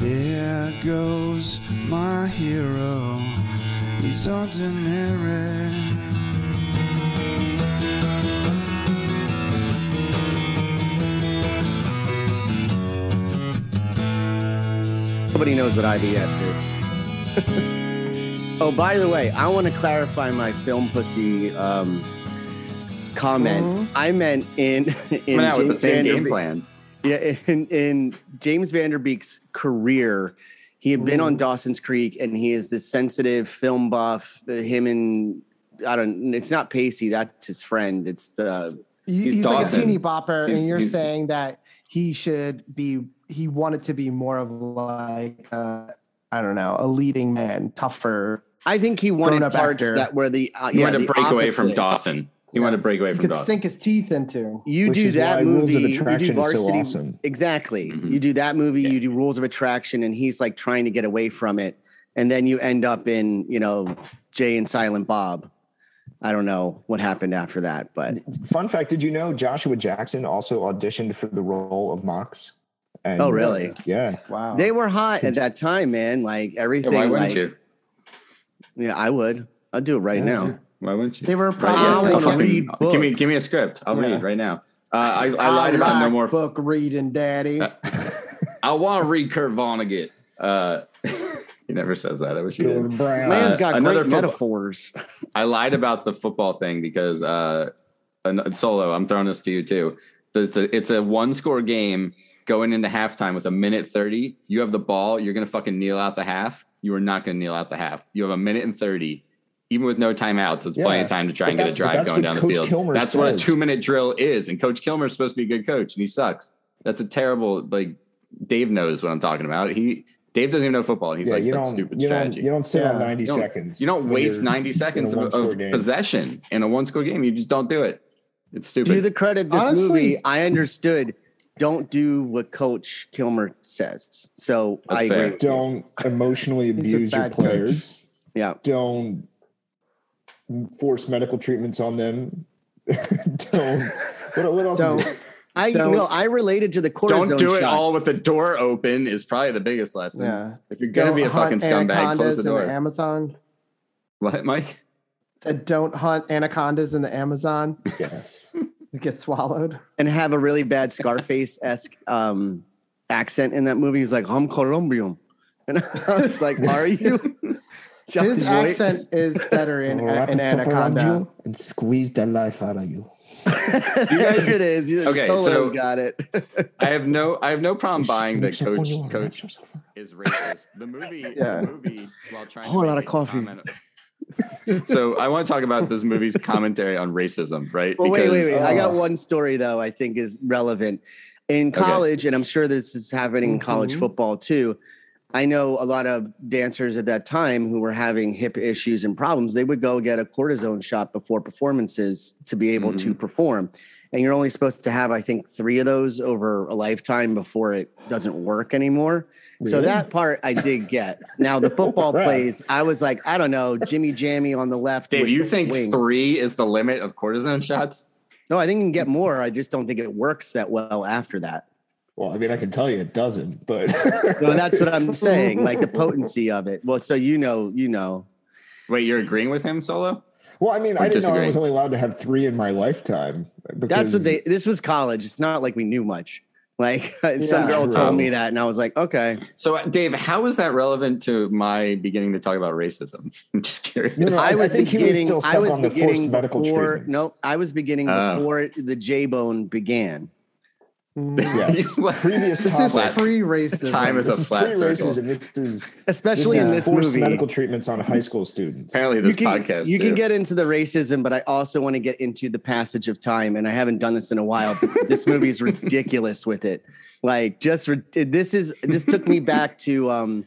Speaker 6: There goes my hero. He's ordinary.
Speaker 4: Nobody knows what IBS is. oh, by the way, I want to clarify my film pussy um, comment. I meant in
Speaker 5: Mm-hmm.
Speaker 4: in
Speaker 5: Coming out with the
Speaker 4: James
Speaker 5: same game
Speaker 4: Vanderbe-
Speaker 5: plan.
Speaker 4: Yeah, in, in James Vanderbeek's career, he had been
Speaker 5: Mm.
Speaker 4: on Dawson's Creek, and he is this sensitive film buff. uh, Him and I don't. It's not Pacey. That's his friend. It's the
Speaker 2: You-
Speaker 5: He's
Speaker 2: He's, like a
Speaker 5: Dawson.
Speaker 2: teeny bopper,
Speaker 5: He's-
Speaker 2: and you're
Speaker 5: he's-
Speaker 2: saying that he should be. He wanted to be more of like uh, I don't know, a leading man, tougher.
Speaker 4: I think he wanted
Speaker 2: Grown-up
Speaker 4: parts
Speaker 2: actor.
Speaker 4: that were the uh,
Speaker 5: He
Speaker 4: yeah,
Speaker 5: wanted to
Speaker 4: the
Speaker 5: break away from
Speaker 4: opposite.
Speaker 5: Dawson. He
Speaker 2: Yeah.
Speaker 5: wanted to break away
Speaker 2: He
Speaker 5: from
Speaker 2: could
Speaker 5: Dawson.
Speaker 2: sink his teeth into.
Speaker 4: You
Speaker 3: Which
Speaker 4: do
Speaker 3: is
Speaker 4: that
Speaker 3: why
Speaker 4: movie.
Speaker 3: Rules of
Speaker 4: you
Speaker 3: Attraction
Speaker 4: do
Speaker 3: is so
Speaker 4: varsity.
Speaker 3: awesome.
Speaker 4: Exactly.
Speaker 5: Mhm.
Speaker 4: You do that movie.
Speaker 5: Yeah.
Speaker 4: You do Rules of Attraction, and he's like trying to get away from it, and then you end up in you know Jay and Silent Bob. I don't know what happened after that, but
Speaker 3: Fun fact: Did you know Joshua Jackson also auditioned for the role of Mox? And, uh,
Speaker 4: Oh, really?
Speaker 3: Yeah.
Speaker 2: Wow.
Speaker 4: They were hot at that time, man. Like
Speaker 5: Yeah,
Speaker 4: everything.
Speaker 5: why wouldn't
Speaker 4: like,
Speaker 5: you?
Speaker 4: Yeah, I would. I'll do it right now.
Speaker 5: Why wouldn't you?
Speaker 2: They were
Speaker 5: Right, yeah.
Speaker 4: I
Speaker 2: probably.
Speaker 5: I'll
Speaker 4: wanna
Speaker 5: fucking-
Speaker 4: read
Speaker 5: Give me
Speaker 4: books.
Speaker 5: give me a script. I'll
Speaker 2: Yeah.
Speaker 5: read right now. Uh, I, I lied about no
Speaker 2: like
Speaker 5: more.
Speaker 2: book reading, Daddy.
Speaker 5: Uh, I want to read Kurt Vonnegut. Uh, he never says that. I wish he did.
Speaker 3: Gordon Brown.
Speaker 5: Man.
Speaker 4: Land's
Speaker 5: Uh,
Speaker 4: got
Speaker 5: another
Speaker 4: great
Speaker 5: football-
Speaker 4: metaphors.
Speaker 5: I lied about the football thing because uh, an- solo. I'm throwing this to you too. It's a it's a one score game going into halftime with a minute thirty. You have the ball. You're gonna fucking kneel out the half. You are not gonna kneel out the half. You have a minute and thirty. Even with no timeouts, it's
Speaker 3: Yeah.
Speaker 5: plenty of time to try
Speaker 3: But
Speaker 5: and get a
Speaker 3: that's- but
Speaker 5: drive
Speaker 3: that's what
Speaker 5: going down the
Speaker 3: Coach
Speaker 5: field.
Speaker 3: Kilmer
Speaker 5: that's what a
Speaker 3: says.
Speaker 5: two minute drill is. And Coach Kilmer's supposed to be a good coach, and he sucks. That's a terrible like. Dave knows what I'm talking about. He Dave doesn't even know football, and he's
Speaker 3: yeah,
Speaker 5: like
Speaker 3: you
Speaker 5: that's
Speaker 3: don't.
Speaker 5: stupid
Speaker 3: You don't.
Speaker 5: strategy.
Speaker 3: You don't sit on
Speaker 2: Yeah.
Speaker 3: ninety
Speaker 5: You don't-
Speaker 3: seconds.
Speaker 5: You don't
Speaker 3: when
Speaker 5: waste
Speaker 3: you're-
Speaker 5: 90 seconds
Speaker 3: in a
Speaker 5: of,
Speaker 3: one-score
Speaker 5: of
Speaker 3: game.
Speaker 5: possession in a one score game. You just don't do it. It's
Speaker 4: Do
Speaker 5: stupid.
Speaker 4: the credit this
Speaker 2: Honestly-
Speaker 4: movie. I understood. Don't do what Coach Kilmer says. So
Speaker 5: That's
Speaker 4: I
Speaker 5: fair.
Speaker 4: agree. with you.
Speaker 3: Don't emotionally
Speaker 2: a
Speaker 3: abuse your
Speaker 2: bad coach.
Speaker 3: players.
Speaker 4: Yeah.
Speaker 3: Don't force medical treatments on them. don't. What, what else?
Speaker 2: Don't.
Speaker 3: Is it?
Speaker 4: I
Speaker 2: Don't-
Speaker 4: no. I related to the cortisone
Speaker 5: Don't do it
Speaker 4: shots.
Speaker 5: all with the door open is probably the biggest lesson.
Speaker 2: Yeah.
Speaker 5: If you're gonna be a
Speaker 2: Don't hunt
Speaker 5: fucking scumbag, close
Speaker 2: anacondas
Speaker 5: the
Speaker 2: in
Speaker 5: door.
Speaker 2: Amazon.
Speaker 5: what, Mike?
Speaker 2: Said, don't hunt anacondas in the Amazon.
Speaker 3: Yes.
Speaker 2: You get swallowed.
Speaker 4: and have a really bad Scarface esque um, accent in that movie. He's like, "I'm Colombian," and I was like, "Are you?" John
Speaker 2: His
Speaker 4: Voight?
Speaker 2: accent is better in
Speaker 3: Wrap
Speaker 2: an
Speaker 3: itself around
Speaker 2: anaconda.
Speaker 3: you and squeeze the life out of you.
Speaker 4: there it is. You
Speaker 5: Okay,
Speaker 4: okay, so,
Speaker 5: so-
Speaker 4: got it.
Speaker 5: I have no I have no problem
Speaker 3: You
Speaker 5: buying that
Speaker 3: sneaks up on
Speaker 5: coach
Speaker 3: you and wraps
Speaker 5: coach
Speaker 3: yourself around.
Speaker 5: is racist. The movie,
Speaker 2: Yeah.
Speaker 5: the movie, while trying
Speaker 4: Whole
Speaker 5: to
Speaker 4: lot
Speaker 5: make
Speaker 4: of
Speaker 5: a
Speaker 4: coffee.
Speaker 5: comment- so I want to talk about this movie's commentary on racism, right?
Speaker 4: Well, wait, wait, wait. I got
Speaker 3: uh,
Speaker 4: one story though. I think is relevant in
Speaker 5: Okay. Mm-hmm.
Speaker 4: college, and I'm sure this is happening in college
Speaker 2: Mhm.
Speaker 4: football too. I know a lot of dancers at that time who were having hip issues and problems. They would go get a cortisone shot before performances to be able
Speaker 5: Mm-hmm.
Speaker 4: to perform. And you're only supposed to have, I think, three of those over a lifetime before it doesn't work anymore. So
Speaker 3: Really?
Speaker 4: that part I did get. Now the football
Speaker 3: Right.
Speaker 4: plays, I was like, I don't know, Jimmy Jammy on the left.
Speaker 5: Dave,
Speaker 4: with
Speaker 5: you
Speaker 4: the
Speaker 5: think
Speaker 4: wing.
Speaker 5: three is the limit of cortisone shots?
Speaker 4: No, I think you can get more. I just don't think it works that well after that.
Speaker 3: Well, I mean, I can tell you it doesn't, but
Speaker 4: No, that's what I'm saying, like the potency of it. Well, so you know, you know.
Speaker 5: Wait, you're agreeing with him, Solo?
Speaker 3: Well, I mean, I didn't know
Speaker 5: We're
Speaker 3: I
Speaker 5: disagreeing.
Speaker 3: was only allowed to have three in my lifetime.
Speaker 4: That's
Speaker 3: because-
Speaker 4: what they this was college. It's not like we knew much. Like some
Speaker 2: Yeah.
Speaker 4: girl told
Speaker 5: True.
Speaker 4: me that, and I was like, okay.
Speaker 5: So, uh, Dave, how is that relevant to my beginning to talk about racism? I'm just curious.
Speaker 3: No, no, I-
Speaker 4: I
Speaker 3: I
Speaker 4: was
Speaker 3: think he was
Speaker 4: beginning.
Speaker 3: still
Speaker 4: I
Speaker 3: stuck
Speaker 4: was
Speaker 3: on the
Speaker 4: beginning
Speaker 3: forced medical
Speaker 4: before,
Speaker 3: treatments.
Speaker 4: Nope, I was beginning
Speaker 5: Oh.
Speaker 4: before the J Bone began.
Speaker 3: Yes.
Speaker 5: What?
Speaker 3: Previous
Speaker 2: Mm. This is
Speaker 5: Flat-
Speaker 3: topic.
Speaker 2: pre-racism.
Speaker 5: Time is
Speaker 3: This
Speaker 5: a
Speaker 3: is
Speaker 5: flat circle.
Speaker 3: pre-racism. This is
Speaker 4: Especially
Speaker 3: is
Speaker 4: in this
Speaker 3: forced
Speaker 4: movie.
Speaker 3: medical treatments on high school students.
Speaker 5: Apparently,
Speaker 4: you
Speaker 5: this
Speaker 4: can,
Speaker 5: podcast.
Speaker 4: you can
Speaker 5: too.
Speaker 4: get into the racism, but I also want to get into the passage of time. And I haven't done this in a while. But this movie is ridiculous with it. Like just rid- this is this took me back to um,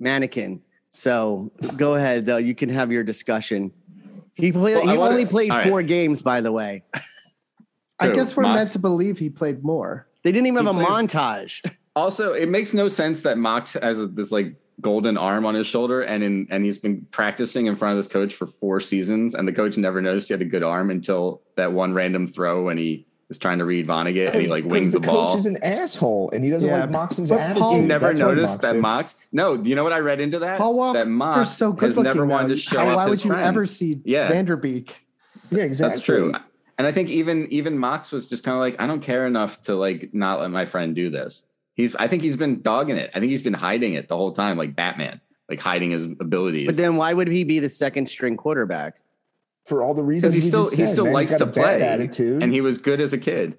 Speaker 4: Mannequin. So go ahead though. You can have your discussion. He play,
Speaker 5: Well, I
Speaker 4: he
Speaker 5: wanna-
Speaker 4: only played
Speaker 5: all right.
Speaker 4: four games, by the way.
Speaker 2: I
Speaker 5: True.
Speaker 2: guess we're
Speaker 5: Mox-
Speaker 2: meant to believe he played more.
Speaker 4: They didn't even
Speaker 5: He
Speaker 4: have a
Speaker 5: plays-
Speaker 4: montage.
Speaker 5: Also, it makes no sense that Mox has this like golden arm on his shoulder, and in and he's been practicing in front of this coach for four seasons, and the coach never noticed he had a good arm until that one random throw when he was trying to read Vonnegut and he like wings the,
Speaker 3: the
Speaker 5: ball.
Speaker 3: coach is an asshole and he doesn't
Speaker 2: Yeah,
Speaker 3: like Mox's
Speaker 2: but
Speaker 3: attitude.
Speaker 2: Paul-
Speaker 5: He never
Speaker 3: That's why
Speaker 5: noticed that
Speaker 3: is-
Speaker 5: Mox. No, you know what I read into that?
Speaker 2: Paul Walker
Speaker 5: that Mox
Speaker 2: so good
Speaker 5: has
Speaker 2: looking.
Speaker 5: never wanted
Speaker 2: though.
Speaker 5: to show
Speaker 2: Why
Speaker 5: up.
Speaker 2: would
Speaker 5: his
Speaker 2: you
Speaker 5: friend.
Speaker 2: ever see
Speaker 5: Yeah.
Speaker 2: Vanderbeek?
Speaker 3: Yeah, exactly.
Speaker 5: That's true. And I think even even Mox was just kind of like, I don't care enough to like not let my friend do this. He's I think he's been dogging it. I think he's been hiding it the whole time, like Batman, like hiding his abilities.
Speaker 4: But then why would he be the second string quarterback?
Speaker 3: For all the
Speaker 5: because
Speaker 3: reasons
Speaker 5: he
Speaker 3: we
Speaker 5: still
Speaker 3: just
Speaker 5: he
Speaker 3: said,
Speaker 5: still
Speaker 3: man, he's
Speaker 5: likes
Speaker 3: got
Speaker 5: to
Speaker 3: a bad
Speaker 5: play
Speaker 3: attitude.
Speaker 5: and he was good as a kid.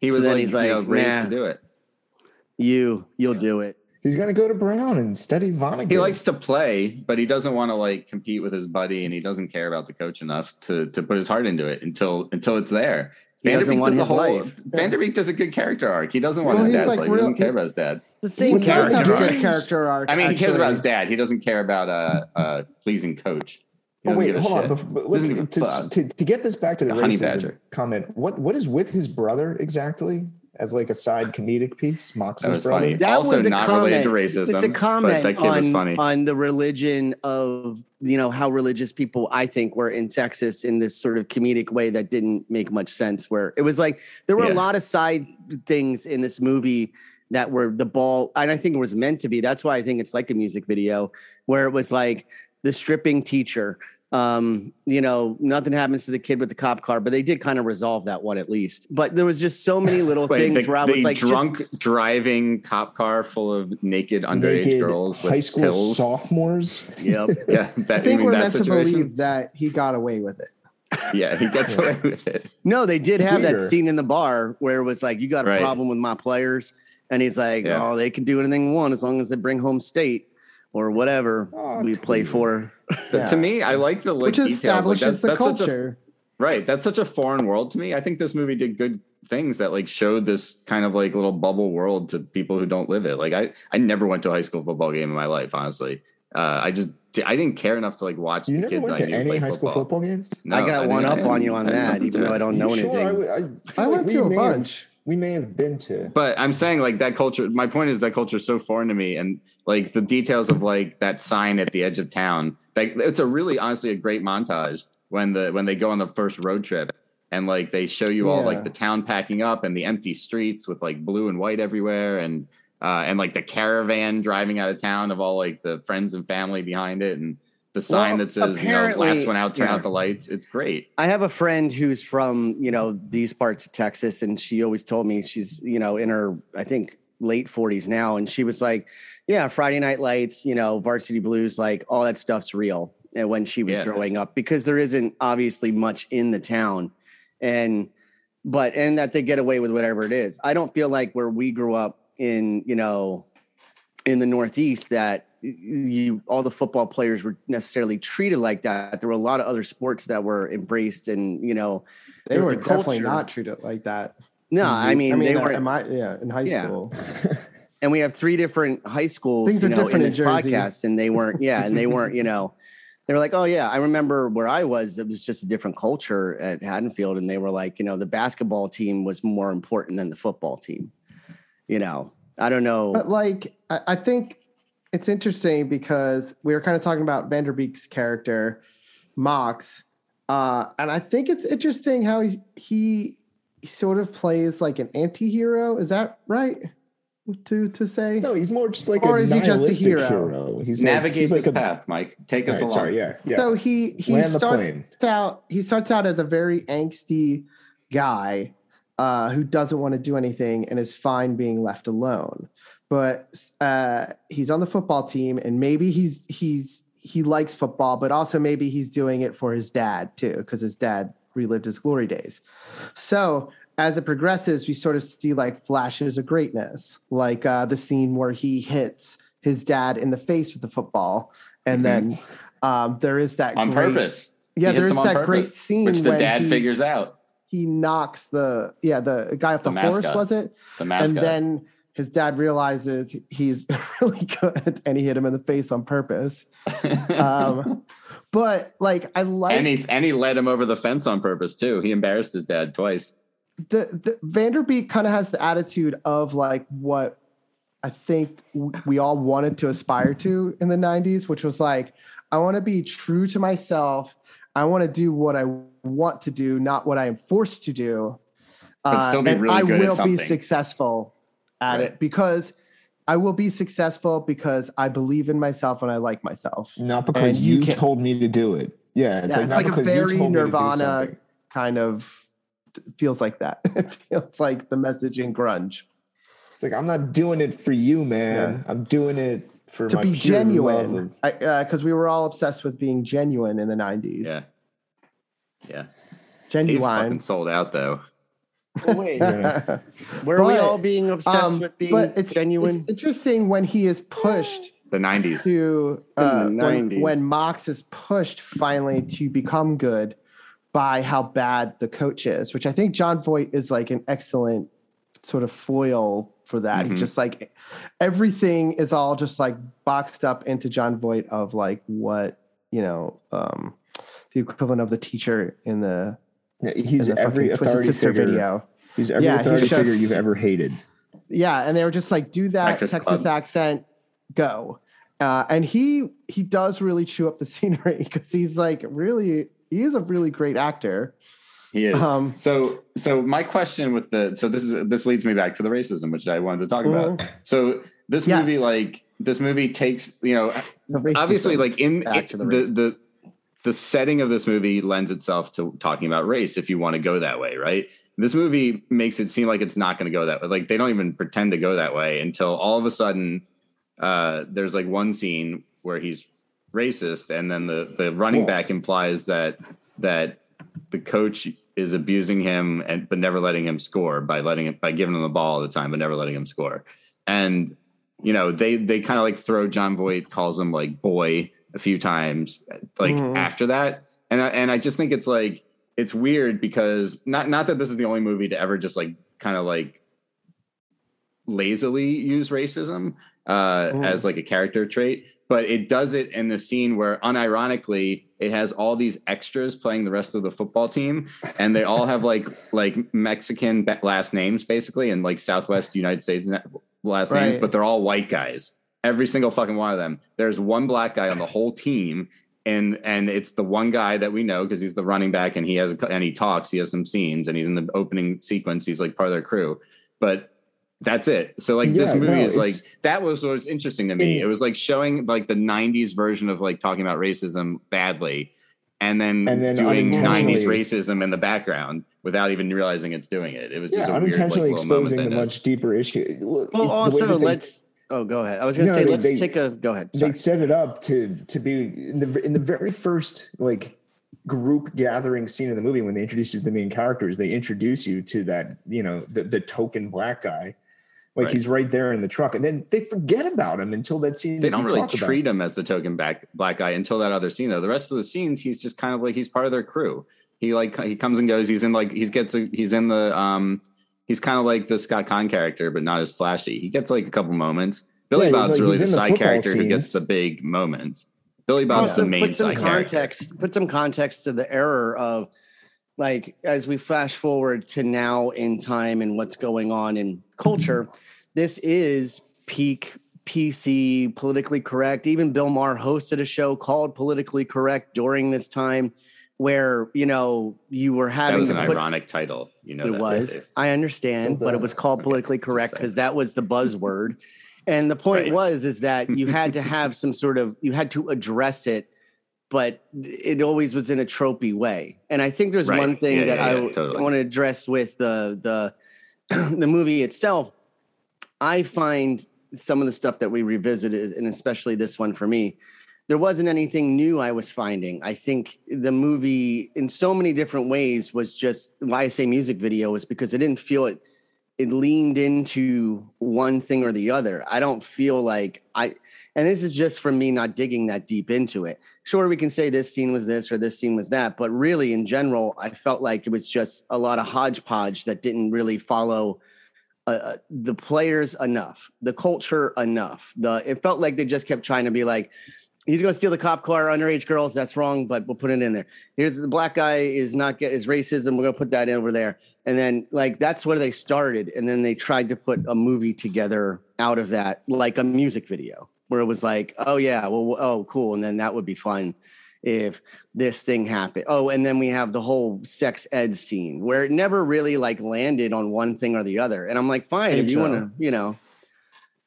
Speaker 5: He
Speaker 4: So
Speaker 5: was
Speaker 4: then
Speaker 5: like,
Speaker 4: he's
Speaker 5: you know,
Speaker 4: like,
Speaker 5: raised
Speaker 4: nah.
Speaker 5: to do it.
Speaker 4: You, you'll do it.
Speaker 3: he's gonna go to Brown and study Vonnegut.
Speaker 5: He likes to play, but he doesn't want to like compete with his buddy, and he doesn't care about the coach enough to to put his heart into it until until it's there.
Speaker 4: He doesn't want
Speaker 5: does
Speaker 4: his
Speaker 5: a whole
Speaker 4: life.
Speaker 5: Vanderbeek does a good character arc. He doesn't want
Speaker 2: Well,
Speaker 5: his
Speaker 2: he's
Speaker 5: dad's
Speaker 2: like
Speaker 5: life. he doesn't
Speaker 2: real-
Speaker 5: care about his dad.
Speaker 4: It's the same
Speaker 2: He does
Speaker 4: character.
Speaker 2: have a
Speaker 5: arc.
Speaker 2: good character arc.
Speaker 5: I mean, he cares about his
Speaker 2: actually.
Speaker 5: dad. He doesn't care about uh, uh pleasing coach. He
Speaker 3: Oh
Speaker 5: doesn't
Speaker 3: wait,
Speaker 5: give a
Speaker 3: hold on.
Speaker 5: shit.
Speaker 3: Bef- but let's,
Speaker 5: Doesn't give a
Speaker 3: to,
Speaker 5: fuck.
Speaker 3: to, to get this back to the
Speaker 5: The honey
Speaker 3: racism
Speaker 5: badger.
Speaker 3: comment, what what is with his brother exactly as like a side comedic piece? Mox's
Speaker 5: That was
Speaker 3: brother.
Speaker 5: funny. Also not related to racism,
Speaker 4: It's a
Speaker 5: but
Speaker 4: comment
Speaker 5: that kid
Speaker 4: on,
Speaker 5: was funny.
Speaker 4: on the religion of you know how religious people I think were in Texas in this sort of comedic way that didn't make much sense. Where it was like there were a
Speaker 5: Yeah.
Speaker 4: lot of side things in this movie that were the ball, and I think it was meant to be. That's why I think it's like a music video where it was like the stripping teacher. Um, you know, nothing happens to the kid with the cop car, but they did kind of resolve that one at least. But there was just so many little
Speaker 5: Wait,
Speaker 4: things
Speaker 5: the,
Speaker 4: where I
Speaker 5: the
Speaker 4: was like, just-
Speaker 5: drunk driving cop car full of naked underage
Speaker 3: Naked
Speaker 5: girls with
Speaker 3: high school
Speaker 5: pills.
Speaker 3: sophomores.
Speaker 4: yep.
Speaker 5: yeah, that,
Speaker 2: I think
Speaker 5: you mean
Speaker 2: we're
Speaker 5: that
Speaker 2: meant to
Speaker 5: situation?
Speaker 2: believe that he got away with it.
Speaker 5: Yeah, he gets away with it.
Speaker 4: No, they did have that
Speaker 3: Weird.
Speaker 4: scene in the bar where it was like, "You got a
Speaker 5: Right.
Speaker 4: problem with my players," and he's like,
Speaker 5: Yeah.
Speaker 4: "Oh, they can do anything they want as long as they bring home state or whatever
Speaker 3: Oh,
Speaker 4: we play for."
Speaker 5: But to
Speaker 2: Yeah.
Speaker 5: me, I like the
Speaker 2: Which
Speaker 5: like details. Like,
Speaker 2: establishes
Speaker 5: that's-
Speaker 2: the
Speaker 5: that's such a-
Speaker 2: culture.
Speaker 5: Right. That's such a foreign world to me. I think this movie did good things that like showed this kind of like little bubble world to people who don't live it. Like I, I never went to a high school football game in my life, honestly. Uh, I just, I didn't care enough to like watch
Speaker 3: You
Speaker 5: the
Speaker 3: never
Speaker 5: kids
Speaker 3: went
Speaker 5: I
Speaker 3: to
Speaker 5: knew
Speaker 3: any
Speaker 5: play
Speaker 3: high school football games?
Speaker 5: No,
Speaker 4: I got
Speaker 5: didn't-
Speaker 4: one up
Speaker 5: didn't-
Speaker 4: on you on
Speaker 5: I didn't
Speaker 4: that,
Speaker 5: do
Speaker 4: even though I
Speaker 5: it.
Speaker 4: don't know
Speaker 3: You sure? I,
Speaker 4: anything.
Speaker 3: w- I feel
Speaker 2: I
Speaker 3: like
Speaker 2: went
Speaker 3: we
Speaker 2: to a
Speaker 3: may have-
Speaker 2: bunch.
Speaker 3: we may have been to.
Speaker 5: But I'm saying like that culture. My point is that culture is so foreign to me, and like the details of like that sign at the edge of town. Like it's a really honestly a great montage when the when they go on the first road trip and like they show you all
Speaker 3: Yeah.
Speaker 5: like the town packing up and the empty streets with like blue and white everywhere and uh, and like the caravan driving out of town of all like the friends and family behind it and the sign
Speaker 4: Well,
Speaker 5: that says you know
Speaker 4: apparently-
Speaker 5: last one out turn
Speaker 4: yeah.
Speaker 5: out the lights. It's great.
Speaker 4: I have a friend who's from, you know, these parts of Texas, and she always told me she's, you know, in her, I think, late 40s now. And she was like, Yeah, Friday Night Lights, you know, Varsity Blues, like all that stuff's real. And when she was
Speaker 5: Yeah.
Speaker 4: growing up, because there isn't obviously much in the town. And, but, and that they get away with whatever it is. I don't feel like where we grew up in, you know, in the Northeast that you all the football players were necessarily treated like that. There were a lot of other sports that were embraced, and you know,
Speaker 2: They
Speaker 4: there
Speaker 2: were
Speaker 4: was a
Speaker 2: definitely
Speaker 4: culture.
Speaker 2: not treated like that.
Speaker 4: No, I mean, they
Speaker 2: uh,
Speaker 4: were,
Speaker 2: in my- yeah, in high
Speaker 4: Yeah.
Speaker 2: school.
Speaker 4: and we have three different high schools.
Speaker 2: Things
Speaker 4: you
Speaker 2: are
Speaker 4: know,
Speaker 2: different
Speaker 4: in
Speaker 2: in
Speaker 4: this
Speaker 2: Jersey.
Speaker 4: podcast, and they weren't. Yeah, and they weren't. You know, they were like, oh yeah, I remember where I was. It was just a different culture at Haddonfield, and they were like, you know, the basketball team was more important than the football team. You know, I don't know.
Speaker 2: But like, I, I think it's interesting because we were kind of talking about Vanderbeek's character, Mox, uh, and I think it's interesting how he he sort of plays like an anti-hero. Is that right? To to say
Speaker 3: No, he's more just like
Speaker 2: Or
Speaker 3: a
Speaker 2: is he just a
Speaker 3: nihilistic
Speaker 2: hero?
Speaker 3: He's like,
Speaker 5: Navigate
Speaker 3: he's like
Speaker 5: this
Speaker 3: a,
Speaker 5: path, Mike. Take
Speaker 3: All
Speaker 5: us
Speaker 3: right,
Speaker 5: along.
Speaker 3: sorry, yeah, yeah.
Speaker 2: So he he
Speaker 3: Land the
Speaker 2: starts
Speaker 3: plane.
Speaker 2: out he starts out as a very angsty guy, uh, uh, who doesn't want to do anything and is fine being left alone. But uh, he's on the football team, and maybe he's he's he likes football, but also maybe he's doing it for his dad too, because his dad relived his glory days. So as it progresses, we sort of see like flashes of greatness, like uh, the scene where he hits his dad in the face with the football, and then um, there is that
Speaker 5: Mm-hmm. on
Speaker 2: great-
Speaker 5: purpose.
Speaker 2: Yeah,
Speaker 5: He hits
Speaker 2: there is
Speaker 5: him on
Speaker 2: that
Speaker 5: purpose,
Speaker 2: great scene
Speaker 5: which the
Speaker 2: when
Speaker 5: dad
Speaker 2: he,
Speaker 5: figures out.
Speaker 2: he knocks the yeah the guy off
Speaker 5: The
Speaker 2: the, horse
Speaker 5: mascot.
Speaker 2: was it,
Speaker 5: The mascot.
Speaker 2: and then his dad realizes he's really good, and he hit him in the face on purpose. Um, but like I like
Speaker 5: and he and he led him over the fence on purpose too. He embarrassed his dad twice.
Speaker 2: the, the Vanderbeek kind of has the attitude of like what I think w- we all wanted to aspire to in the 90s, which was like, I want to be true to myself. I want to do what I want to do, not what I am forced to do.
Speaker 5: But
Speaker 2: Uh,
Speaker 5: still be
Speaker 2: and
Speaker 5: really
Speaker 2: I
Speaker 5: good at
Speaker 2: will be
Speaker 5: something.
Speaker 2: successful at
Speaker 5: Right.
Speaker 2: it because I will be successful because I believe in myself and I like myself.
Speaker 3: Not because
Speaker 2: And you
Speaker 3: you,
Speaker 2: can't-
Speaker 3: told me to do it. Yeah,
Speaker 2: Yeah, it's
Speaker 3: not
Speaker 2: like a
Speaker 3: because you
Speaker 2: very
Speaker 3: told me to do
Speaker 2: Nirvana-
Speaker 3: something.
Speaker 2: Kind of feels like that. it feels like the message in grunge.
Speaker 3: It's like I'm not doing it for you, man. I'm doing it for
Speaker 2: to
Speaker 3: my
Speaker 2: be
Speaker 3: pure Love
Speaker 2: genuine
Speaker 3: of,
Speaker 2: because we were all obsessed with being genuine in the 90s
Speaker 5: Yeah. Yeah. He's fucking
Speaker 2: genuine
Speaker 5: sold out though.
Speaker 4: Well, wait,
Speaker 3: Yeah.
Speaker 4: were we
Speaker 2: But,
Speaker 4: all being obsessed
Speaker 2: Um,
Speaker 4: with being
Speaker 2: but it's
Speaker 4: genuine?
Speaker 2: it's interesting when he is pushed
Speaker 5: The nineties.
Speaker 2: to uh,
Speaker 4: In the
Speaker 2: when,
Speaker 4: 90s.
Speaker 2: when mox is pushed finally to become good by how bad the coach is which i think john voight is like an excellent sort of foil for that
Speaker 3: Mm-hmm.
Speaker 5: Mhm.
Speaker 2: he just like everything is all just like boxed up into john voight of like what you know um the equivalent of the teacher in the
Speaker 3: Yeah,
Speaker 2: in
Speaker 3: he's
Speaker 2: the
Speaker 3: every
Speaker 2: fucking Twisted
Speaker 3: authority
Speaker 2: Sister
Speaker 3: figure.
Speaker 2: video.
Speaker 3: He's every
Speaker 2: Yeah, he's
Speaker 3: authority
Speaker 2: just-
Speaker 3: figure you've ever hated.
Speaker 2: Yeah, and they were just like, do that
Speaker 5: Breakfast
Speaker 2: Texas
Speaker 5: Club.
Speaker 2: accent, go. Uh, and he he does really chew up the scenery because he's like really he is a really great actor.
Speaker 5: He is.
Speaker 2: Um,
Speaker 5: so so my question with the so this is this leads me back to the racism, which I wanted to talk about. So this
Speaker 2: Mm-hmm. Yes.
Speaker 5: movie, like this movie takes, you know,
Speaker 2: the racism.
Speaker 5: obviously like in
Speaker 4: Back
Speaker 5: it-
Speaker 4: to
Speaker 5: the,
Speaker 4: the
Speaker 5: the,
Speaker 4: racism.
Speaker 5: the setting of this movie lends itself to talking about race if you want to go that way right this movie makes it seem like it's not going to go that way like they don't even pretend to go that way until all of a sudden uh there's like one scene where he's racist and then the the running
Speaker 3: Yeah.
Speaker 5: back implies that that the coach is abusing him and but never letting him score by letting him by giving him the ball all the time but never letting him score and you know they they kind of like throw John Voight calls him like boy a few times like
Speaker 2: Mhm.
Speaker 5: after that and I, and I just think it's like it's weird because not not that this is the only movie to ever just like kind of like lazily use racism uh,
Speaker 2: Mhm.
Speaker 5: as like a character trait but it does it in the scene where unironically it has all these extras playing the rest of the football team and they all have like like mexican ba- last names basically and like southwest united states na- last names
Speaker 2: Right.
Speaker 5: but they're all white guys every single fucking one of them there's one black guy on the whole team and and it's the one guy that we know because he's the running back and he has and he talks he has some scenes and he's in the opening sequence he's like part of their crew but that's it so like this
Speaker 3: Yeah,
Speaker 5: movie
Speaker 3: no,
Speaker 5: is like
Speaker 3: it's-
Speaker 5: that was what was interesting to me. It was like showing like the '90s version of like talking about racism badly, and then,
Speaker 3: And then
Speaker 5: doing
Speaker 3: unintentionally-
Speaker 5: '90s racism in the background without even realizing it's doing it. It was
Speaker 3: Yeah,
Speaker 5: just a
Speaker 3: unintentionally
Speaker 5: unintentionally weird, like, little
Speaker 3: exposing
Speaker 5: moment
Speaker 3: the
Speaker 5: they
Speaker 3: much deeper issue. Well,
Speaker 4: well,
Speaker 3: it's the way
Speaker 4: also
Speaker 3: that they-
Speaker 4: let's. Oh, go ahead. I was going to
Speaker 3: No,
Speaker 4: say
Speaker 3: they-
Speaker 4: let's
Speaker 3: they-
Speaker 4: take a. Go ahead.
Speaker 3: they
Speaker 4: sorry.
Speaker 3: set it up to to be in the in the very first like group gathering scene of the movie when they introduce you to the main characters they introduce you to that you know the, the token black guy like
Speaker 5: Right.
Speaker 3: he's right there in the truck and then they forget about him until that scene
Speaker 5: They
Speaker 3: that
Speaker 5: don't
Speaker 3: you
Speaker 5: really
Speaker 3: talk about.
Speaker 5: treat him as the token back black guy until that other scene though. The rest of the scenes, he's just kind of like he's part of their crew. He like he comes and goes. He's in like he gets a, he's in the um he's kind of like the Scott Conn character, but not as flashy. He gets like a couple moments.
Speaker 3: Yeah,
Speaker 5: Billy
Speaker 3: he's
Speaker 5: Bob's
Speaker 3: like-
Speaker 5: really
Speaker 3: he's
Speaker 5: the
Speaker 3: in the
Speaker 5: side
Speaker 3: football
Speaker 5: character who gets
Speaker 3: scenes.
Speaker 5: the big moments. Billy Bob's
Speaker 4: also
Speaker 5: the main
Speaker 4: put some
Speaker 5: side character.
Speaker 4: context put some context to the error of like as we flash forward to now in time and what's going on in culture this is peak pc politically correct even bill maher hosted a show called politically correct during this time where you know you were
Speaker 5: That
Speaker 4: having
Speaker 5: was an
Speaker 4: to put-
Speaker 5: ironic title. You know
Speaker 4: it
Speaker 5: that,
Speaker 4: was
Speaker 5: right?
Speaker 4: i
Speaker 3: Still
Speaker 4: understand but it was called
Speaker 5: Okay,
Speaker 4: politically correct
Speaker 5: sorry.
Speaker 4: because that was the buzzword and the point
Speaker 5: Right.
Speaker 4: was is that you had to have some sort of you had to address it but it always was in a tropey way. And I think there's
Speaker 5: Right.
Speaker 4: one thing
Speaker 5: Yeah,
Speaker 4: that
Speaker 5: yeah,
Speaker 4: I
Speaker 5: yeah, totally.
Speaker 4: want to address with the the the movie itself. I find some of the stuff that we revisited, and especially this one for me, there wasn't anything new I was finding. I think the movie, in so many different ways, was just why I say music video is because I didn't feel it. It leaned into one thing or the other. I don't feel like I, and this is just from me not digging that deep into it. Sure, we can say this scene was this or this scene was that, but really, in general, I felt like it was just a lot of hodgepodge that didn't really follow uh, the players enough, the culture enough. The it felt like they just kept trying to be like, he's going to steal the cop car, underage girls. That's wrong, but we'll put it in there. Here's the black guy is not get is racism. We're going to put that over there, and then like that's where they started, and then they tried to put a movie together out of that, like a music video, where it was like, oh yeah, well, oh cool, and then that would be fun if this thing happened. Oh, and then we have the whole sex ed scene where it never really like landed on one thing or the other. And I'm like, fine, if you
Speaker 3: Intro.
Speaker 4: want to, you know.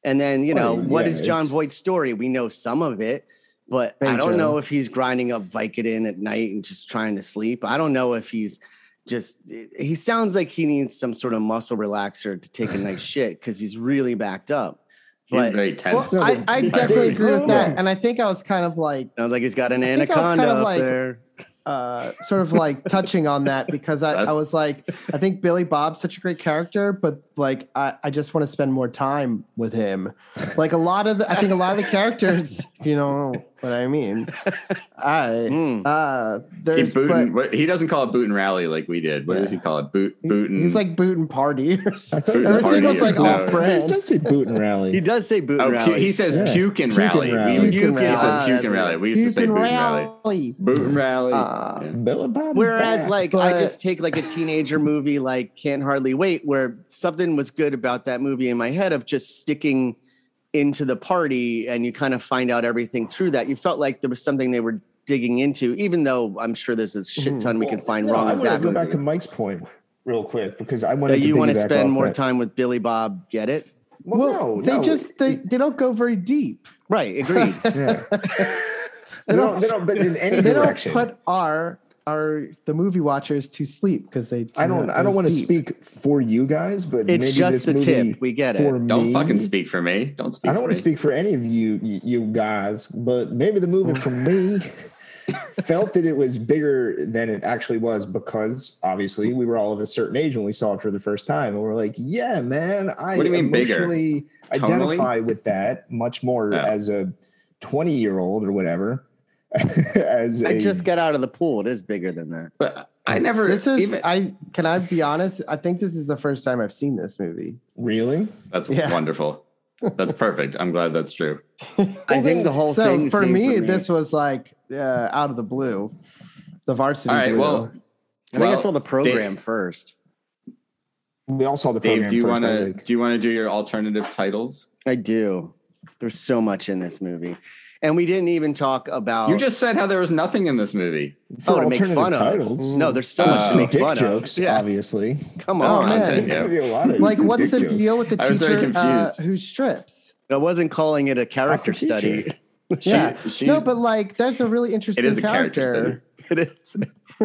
Speaker 4: And then, you know,
Speaker 3: Well,
Speaker 4: what
Speaker 3: yeah,
Speaker 4: is John
Speaker 3: it's-
Speaker 4: Voight's story? We know some of it, but I don't
Speaker 3: Intro.
Speaker 4: know if he's grinding up Vicodin at night and just trying to sleep. I don't know if he's just he sounds like he needs some sort of muscle relaxer to take a nice shit because he's really backed up.
Speaker 5: He's
Speaker 4: But
Speaker 5: very tense.
Speaker 2: Well, I, I
Speaker 5: Dude,
Speaker 2: definitely
Speaker 5: dude,
Speaker 2: agree with that,
Speaker 3: yeah.
Speaker 2: and I think I was kind of like
Speaker 4: sounds like he's got an
Speaker 2: I think I was
Speaker 4: anaconda
Speaker 2: kind of
Speaker 4: up
Speaker 2: like-
Speaker 4: there.
Speaker 2: uh, sort of like touching on that because I, I was like, I think Billy Bob's such a great character, but like I, I just want to spend more time with him. Like a lot of the, I think a lot of the characters, if you know what I mean. I
Speaker 4: Hmm.
Speaker 2: uh
Speaker 5: He,
Speaker 2: there's
Speaker 5: boot
Speaker 2: but
Speaker 5: and- what- he doesn't call it boot and rally like we did. What does he call it? Boot boot and
Speaker 2: he's like boot and party or something.
Speaker 3: I thought
Speaker 5: Boot
Speaker 3: I
Speaker 5: and
Speaker 2: Everything
Speaker 5: party
Speaker 2: was like
Speaker 5: or- no.
Speaker 2: off brand.
Speaker 3: It does say boot and
Speaker 4: He
Speaker 3: rally.
Speaker 4: does say boot
Speaker 5: Oh,
Speaker 4: and
Speaker 5: pu-
Speaker 4: rally.
Speaker 5: he says
Speaker 3: Yeah.
Speaker 5: puke and
Speaker 3: Puke and
Speaker 5: rally.
Speaker 3: rally.
Speaker 5: We,
Speaker 2: Puke
Speaker 5: he
Speaker 2: and
Speaker 5: says
Speaker 4: rally.
Speaker 5: puke and rally. We used to
Speaker 2: You
Speaker 5: say
Speaker 2: can
Speaker 5: boot and rally.
Speaker 2: rally.
Speaker 5: Boot and rally.
Speaker 2: Uh,
Speaker 5: Yeah.
Speaker 3: Bella Bob's
Speaker 4: Whereas,
Speaker 3: back.
Speaker 4: like, I
Speaker 2: but-
Speaker 4: just take like a teenager movie, like Can't Hardly Wait, where something was good about that movie in my head of just sticking into the party, and you kind of find out everything through that. You felt like there was something they were digging into, even though I'm sure there's a shit ton we can find
Speaker 3: Mm-hmm. No,
Speaker 4: wrong
Speaker 3: I
Speaker 4: with
Speaker 3: want to
Speaker 4: that
Speaker 3: go
Speaker 4: movie.
Speaker 3: back to Mike's point real quick because I wanted
Speaker 4: that
Speaker 3: to
Speaker 4: you want to
Speaker 3: piggyback
Speaker 4: spend
Speaker 3: off
Speaker 4: more
Speaker 3: that.
Speaker 4: time with Billy Bob, get it?
Speaker 3: Well,
Speaker 2: well,
Speaker 3: no,
Speaker 2: they
Speaker 3: no.
Speaker 2: just they, they don't go very deep.
Speaker 4: Right, agreed.
Speaker 3: yeah. they don't. They don't. But in any
Speaker 2: they
Speaker 3: direction.
Speaker 2: don't put our our the movie watchers to sleep because they. do
Speaker 3: I don't.
Speaker 2: not
Speaker 3: I
Speaker 2: go
Speaker 3: don't want to
Speaker 2: deep.
Speaker 3: speak for you guys, but
Speaker 4: It's
Speaker 3: maybe
Speaker 4: just
Speaker 3: this
Speaker 4: the
Speaker 3: movie
Speaker 4: tip. We get it.
Speaker 3: for
Speaker 5: Don't
Speaker 3: me-
Speaker 5: fucking speak for me. Don't speak.
Speaker 3: I don't
Speaker 5: for
Speaker 3: want to
Speaker 5: me.
Speaker 3: speak for any of you, you you guys, but maybe the movie for me felt that it was bigger than it actually was because obviously we were all of a certain age when we saw it for the first time, and we're like, yeah, man, I
Speaker 5: What do you mean bigger?
Speaker 3: emotionally
Speaker 5: Tonally?
Speaker 3: identify with that much more
Speaker 5: Oh.
Speaker 3: as a twenty year old or whatever. as
Speaker 4: I
Speaker 3: a-
Speaker 4: just got out of the pool. It is bigger than that.
Speaker 5: But I never.
Speaker 2: This is. uh,
Speaker 5: even-
Speaker 2: I can I be honest? I think this is the first time I've seen this movie.
Speaker 3: really
Speaker 5: that's
Speaker 2: yeah.
Speaker 5: wonderful. That's perfect. I'm glad that's true.
Speaker 4: I think the whole
Speaker 2: so
Speaker 4: thing.
Speaker 2: for
Speaker 4: seemed
Speaker 2: me, this was like uh, out of the blue, the varsity.
Speaker 5: All right.
Speaker 2: blue.
Speaker 5: Well,
Speaker 4: I think I
Speaker 5: well,
Speaker 4: saw the program
Speaker 5: Dave-
Speaker 4: first.
Speaker 3: we all saw the program
Speaker 5: Dave, do you
Speaker 3: first.
Speaker 5: want
Speaker 3: I was
Speaker 5: to
Speaker 3: like,
Speaker 5: do you want to do your alternative titles?
Speaker 4: I do. There's so much in this movie. And we didn't even talk
Speaker 2: Oh.
Speaker 4: about
Speaker 5: You just said how there was nothing in this movie.
Speaker 3: for
Speaker 4: oh, to make
Speaker 3: alternative
Speaker 4: fun
Speaker 3: titles.
Speaker 4: of. No, there's so much
Speaker 5: Uh,
Speaker 4: to make
Speaker 3: dick
Speaker 4: fun
Speaker 3: jokes,
Speaker 4: of. Yeah,
Speaker 3: obviously.
Speaker 4: come
Speaker 5: That's
Speaker 4: on.
Speaker 2: man.
Speaker 5: content,
Speaker 3: There's
Speaker 5: yeah.
Speaker 3: gonna be a lot of
Speaker 2: like what's
Speaker 3: dick
Speaker 2: the
Speaker 3: jokes.
Speaker 2: deal with the
Speaker 5: I was very
Speaker 2: teacher uh,
Speaker 5: confused.
Speaker 2: who strips?
Speaker 4: I wasn't calling it a character
Speaker 3: After teacher.
Speaker 4: study.
Speaker 5: She,
Speaker 2: yeah.
Speaker 5: she,
Speaker 2: no, but like there's a really interesting
Speaker 5: it is a character
Speaker 2: character.
Speaker 5: study.
Speaker 4: It is.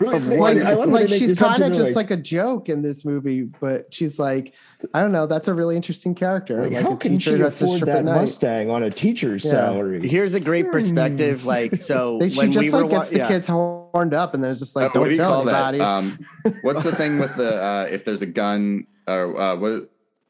Speaker 3: Really,
Speaker 4: Of
Speaker 3: they-
Speaker 4: one-
Speaker 2: like,
Speaker 3: I love how
Speaker 2: like
Speaker 3: they make
Speaker 2: she's
Speaker 3: this up to
Speaker 2: kind of
Speaker 3: be
Speaker 2: just like, a joke in this movie, but she's like, I don't know, that's a really interesting character.
Speaker 3: like,
Speaker 2: Like,
Speaker 3: how
Speaker 2: a
Speaker 3: can
Speaker 2: teacher
Speaker 3: she
Speaker 2: that's a
Speaker 3: afford
Speaker 2: strip
Speaker 3: that
Speaker 2: at night.
Speaker 3: Mustang on a teacher's
Speaker 2: Yeah.
Speaker 3: salary?
Speaker 4: Here's a great perspective. Like so,
Speaker 2: They, she
Speaker 4: when
Speaker 2: just
Speaker 4: we
Speaker 2: like
Speaker 4: were wa-
Speaker 2: gets the
Speaker 4: yeah.
Speaker 2: kids horned up, and they're just like,
Speaker 5: Uh,
Speaker 2: "Don't tell anybody."
Speaker 5: Um, what's the thing with the uh, if there's a gun or uh, what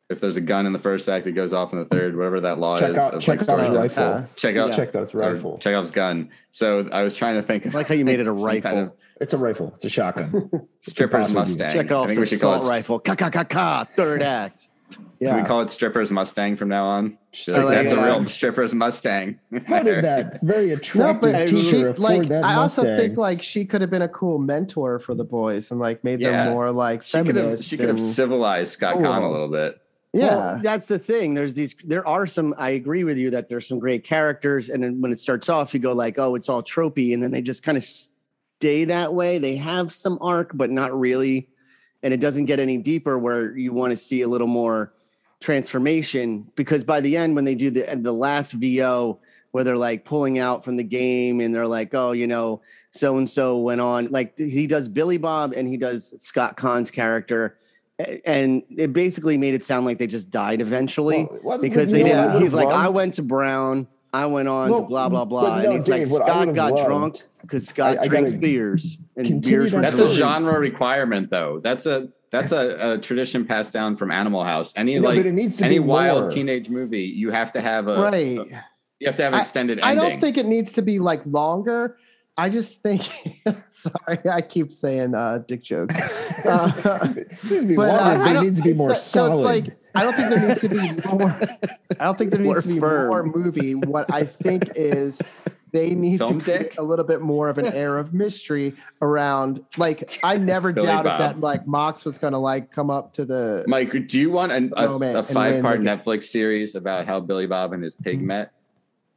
Speaker 5: if there's a gun in the first act it goes off in the third, whatever that law
Speaker 3: Check
Speaker 5: is.
Speaker 3: out,
Speaker 5: of,
Speaker 3: check
Speaker 5: like,
Speaker 3: out his
Speaker 5: storytelling.
Speaker 3: rifle.
Speaker 2: Uh,
Speaker 5: Check
Speaker 3: Let's
Speaker 5: out
Speaker 3: check out his
Speaker 5: or
Speaker 3: rifle.
Speaker 5: Chekhov's gun. So I was trying to think.
Speaker 4: I like how you made it a
Speaker 5: some
Speaker 4: rifle.
Speaker 5: kind of
Speaker 3: It's a rifle. It's a shotgun.
Speaker 5: stripper's
Speaker 3: Possibly.
Speaker 5: Mustang.
Speaker 4: Check
Speaker 5: I
Speaker 4: off
Speaker 5: think
Speaker 4: the
Speaker 5: we should call
Speaker 4: assault
Speaker 5: it.
Speaker 4: rifle. Ka ka ka ka. Third act.
Speaker 5: Should we
Speaker 3: Yeah.
Speaker 5: call it stripper's Mustang from now on? Be
Speaker 3: I
Speaker 5: Like,
Speaker 4: like
Speaker 5: That's a
Speaker 4: that.
Speaker 5: real stripper's Mustang.
Speaker 3: How did that very
Speaker 2: no,
Speaker 3: attractive
Speaker 2: but
Speaker 3: teacher
Speaker 2: she,
Speaker 3: afford
Speaker 2: like,
Speaker 3: that
Speaker 2: I also
Speaker 3: Mustang?
Speaker 2: think like she could have been a cool mentor for the boys and like made
Speaker 5: Yeah.
Speaker 2: them more like
Speaker 5: She could have
Speaker 2: feminist.
Speaker 5: she could have
Speaker 2: and-
Speaker 5: civilized Scott
Speaker 2: cool.
Speaker 3: Oh.
Speaker 5: Conn a little bit.
Speaker 2: yeah,
Speaker 4: Well, that's the thing. There's these. There are some. I agree with you that there's some great characters, and then when it starts off, you go like, "Oh, it's all tropey," and then they just kind of stay that way. They have some arc, but not really, and it doesn't get any deeper. Where you want to see a little more transformation, because by the end, when they do the the last VO, where they're like pulling out from the game and they're like, oh, you know, so and so went on. Like he does Billy Bob and he does Scott Kahn's character. A- And it basically made it sound like they just died eventually
Speaker 3: Well, what-
Speaker 4: because
Speaker 3: you
Speaker 4: they
Speaker 3: know what I
Speaker 4: didn't.
Speaker 3: would've
Speaker 4: He's like, I
Speaker 3: loved?
Speaker 4: went to Brown, I went on
Speaker 3: Well,
Speaker 4: to blah blah blah,
Speaker 3: but no,
Speaker 4: and he's
Speaker 3: Dave,
Speaker 4: like,
Speaker 3: what I
Speaker 4: Scott
Speaker 3: would've
Speaker 4: got
Speaker 3: loved-
Speaker 4: drunk because Scott
Speaker 3: I
Speaker 4: drinks
Speaker 3: gotta
Speaker 4: beers and
Speaker 3: continue
Speaker 4: beers from
Speaker 3: that
Speaker 5: That's
Speaker 3: Sure.
Speaker 5: a genre requirement, though. That's a that's a, a tradition passed down from Animal House. Any
Speaker 3: No,
Speaker 5: like
Speaker 3: but it needs to
Speaker 5: any
Speaker 3: be
Speaker 5: wild
Speaker 3: more.
Speaker 5: teenage movie, you have to have a
Speaker 2: right.
Speaker 5: you have to have an extended
Speaker 2: I
Speaker 5: uh, ending.
Speaker 2: don't think it needs to be like longer. I just think. sorry, I keep saying uh, dick jokes. Uh,
Speaker 3: it needs to be
Speaker 2: but
Speaker 3: longer,
Speaker 2: uh, I
Speaker 3: but it
Speaker 2: don't-
Speaker 3: needs to be more
Speaker 2: so- so
Speaker 3: solid.
Speaker 2: it's like I don't think there needs to be more. I don't think there
Speaker 4: More
Speaker 2: needs to be
Speaker 4: firm.
Speaker 2: more movie. What I think is they need
Speaker 5: Film
Speaker 2: to create
Speaker 5: dick?
Speaker 2: a little bit more of an air of mystery around. Like I never
Speaker 5: Billy
Speaker 2: doubted
Speaker 5: Bob.
Speaker 2: that like Mox was gonna like come up to the.
Speaker 5: Mike, do you want an, a,
Speaker 2: Oh, man,
Speaker 5: a
Speaker 2: and Mm-hmm.
Speaker 5: five part
Speaker 2: Wayne
Speaker 5: Netflix series about how Billy Bob and his pig met?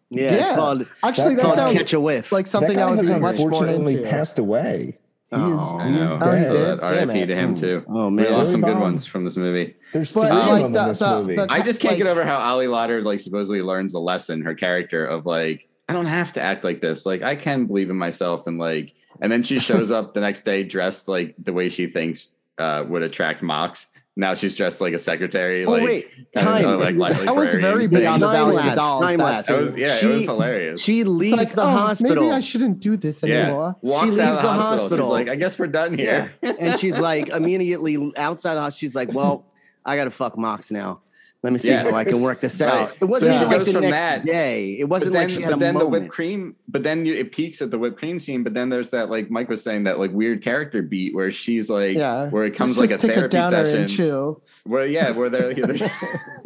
Speaker 4: Yeah, it's
Speaker 2: Yeah.
Speaker 4: called,
Speaker 2: Actually,
Speaker 3: That
Speaker 2: that
Speaker 4: called
Speaker 2: sounds
Speaker 4: Catch a Whiff.
Speaker 2: like something
Speaker 3: that guy
Speaker 2: I would
Speaker 3: has
Speaker 2: be much more
Speaker 3: unfortunately
Speaker 2: into.
Speaker 3: passed away. He is,
Speaker 4: Oh.
Speaker 5: I
Speaker 3: he is
Speaker 5: know.
Speaker 2: Oh, he
Speaker 3: dead.
Speaker 5: So that
Speaker 2: did? Damn
Speaker 5: RIP to
Speaker 2: it. Mm.
Speaker 5: him too.
Speaker 4: oh
Speaker 5: We
Speaker 4: man,
Speaker 5: lost some good
Speaker 3: Bob.
Speaker 5: ones from this movie.
Speaker 3: There's three
Speaker 2: But,
Speaker 3: of
Speaker 5: like,
Speaker 3: them
Speaker 2: the-
Speaker 3: in this
Speaker 2: the-
Speaker 3: movie.
Speaker 2: the-
Speaker 5: I just can't
Speaker 2: Like-
Speaker 5: get over how Ali Lauder like supposedly learns a lesson, her character of like, I don't have to act like this. Like I can believe in myself and like and then she shows up the next day dressed like the way she thinks uh would attract Mox. Now she's dressed like a secretary.
Speaker 4: Oh,
Speaker 5: like,
Speaker 4: wait.
Speaker 5: kind of,
Speaker 4: Time.
Speaker 5: uh, like, like
Speaker 2: I was very
Speaker 5: librarian
Speaker 2: big on the
Speaker 5: thing.
Speaker 4: Time
Speaker 2: Valley of the
Speaker 4: lapse,
Speaker 2: Dolls.
Speaker 4: time
Speaker 2: that
Speaker 4: lapse.
Speaker 5: That
Speaker 2: scene.
Speaker 5: was yeah,
Speaker 4: She-
Speaker 5: it was hilarious.
Speaker 4: she leaves
Speaker 2: It's like,
Speaker 4: the
Speaker 2: oh,
Speaker 4: hospital.
Speaker 2: Maybe I shouldn't do this
Speaker 5: yeah.
Speaker 2: anymore.
Speaker 5: Walks out
Speaker 4: leaves
Speaker 5: of
Speaker 4: the
Speaker 5: the hospital.
Speaker 4: hospital.
Speaker 5: She's like, I guess we're done
Speaker 4: Yeah.
Speaker 5: here.
Speaker 4: and she's like immediately outside the house, she's like, Well, I gotta fuck Mox now. Let me see
Speaker 5: Yeah.
Speaker 4: how I can work this
Speaker 5: Right.
Speaker 4: out. It wasn't
Speaker 2: So she
Speaker 4: even like
Speaker 5: goes
Speaker 4: the
Speaker 5: from
Speaker 4: next
Speaker 5: that-
Speaker 4: day. It wasn't
Speaker 5: but then,
Speaker 4: like she
Speaker 5: but
Speaker 4: had a
Speaker 5: then the
Speaker 4: moment.
Speaker 5: whipped cream, but then you, it peaks at the whipped cream scene. But then there's that, like Mike was saying, that like weird character beat where she's like,
Speaker 2: Yeah.
Speaker 5: where it comes
Speaker 2: Let's
Speaker 5: like a
Speaker 2: just take a
Speaker 5: therapy
Speaker 2: downer and
Speaker 5: session.
Speaker 2: chill.
Speaker 5: Where yeah, where they're they're,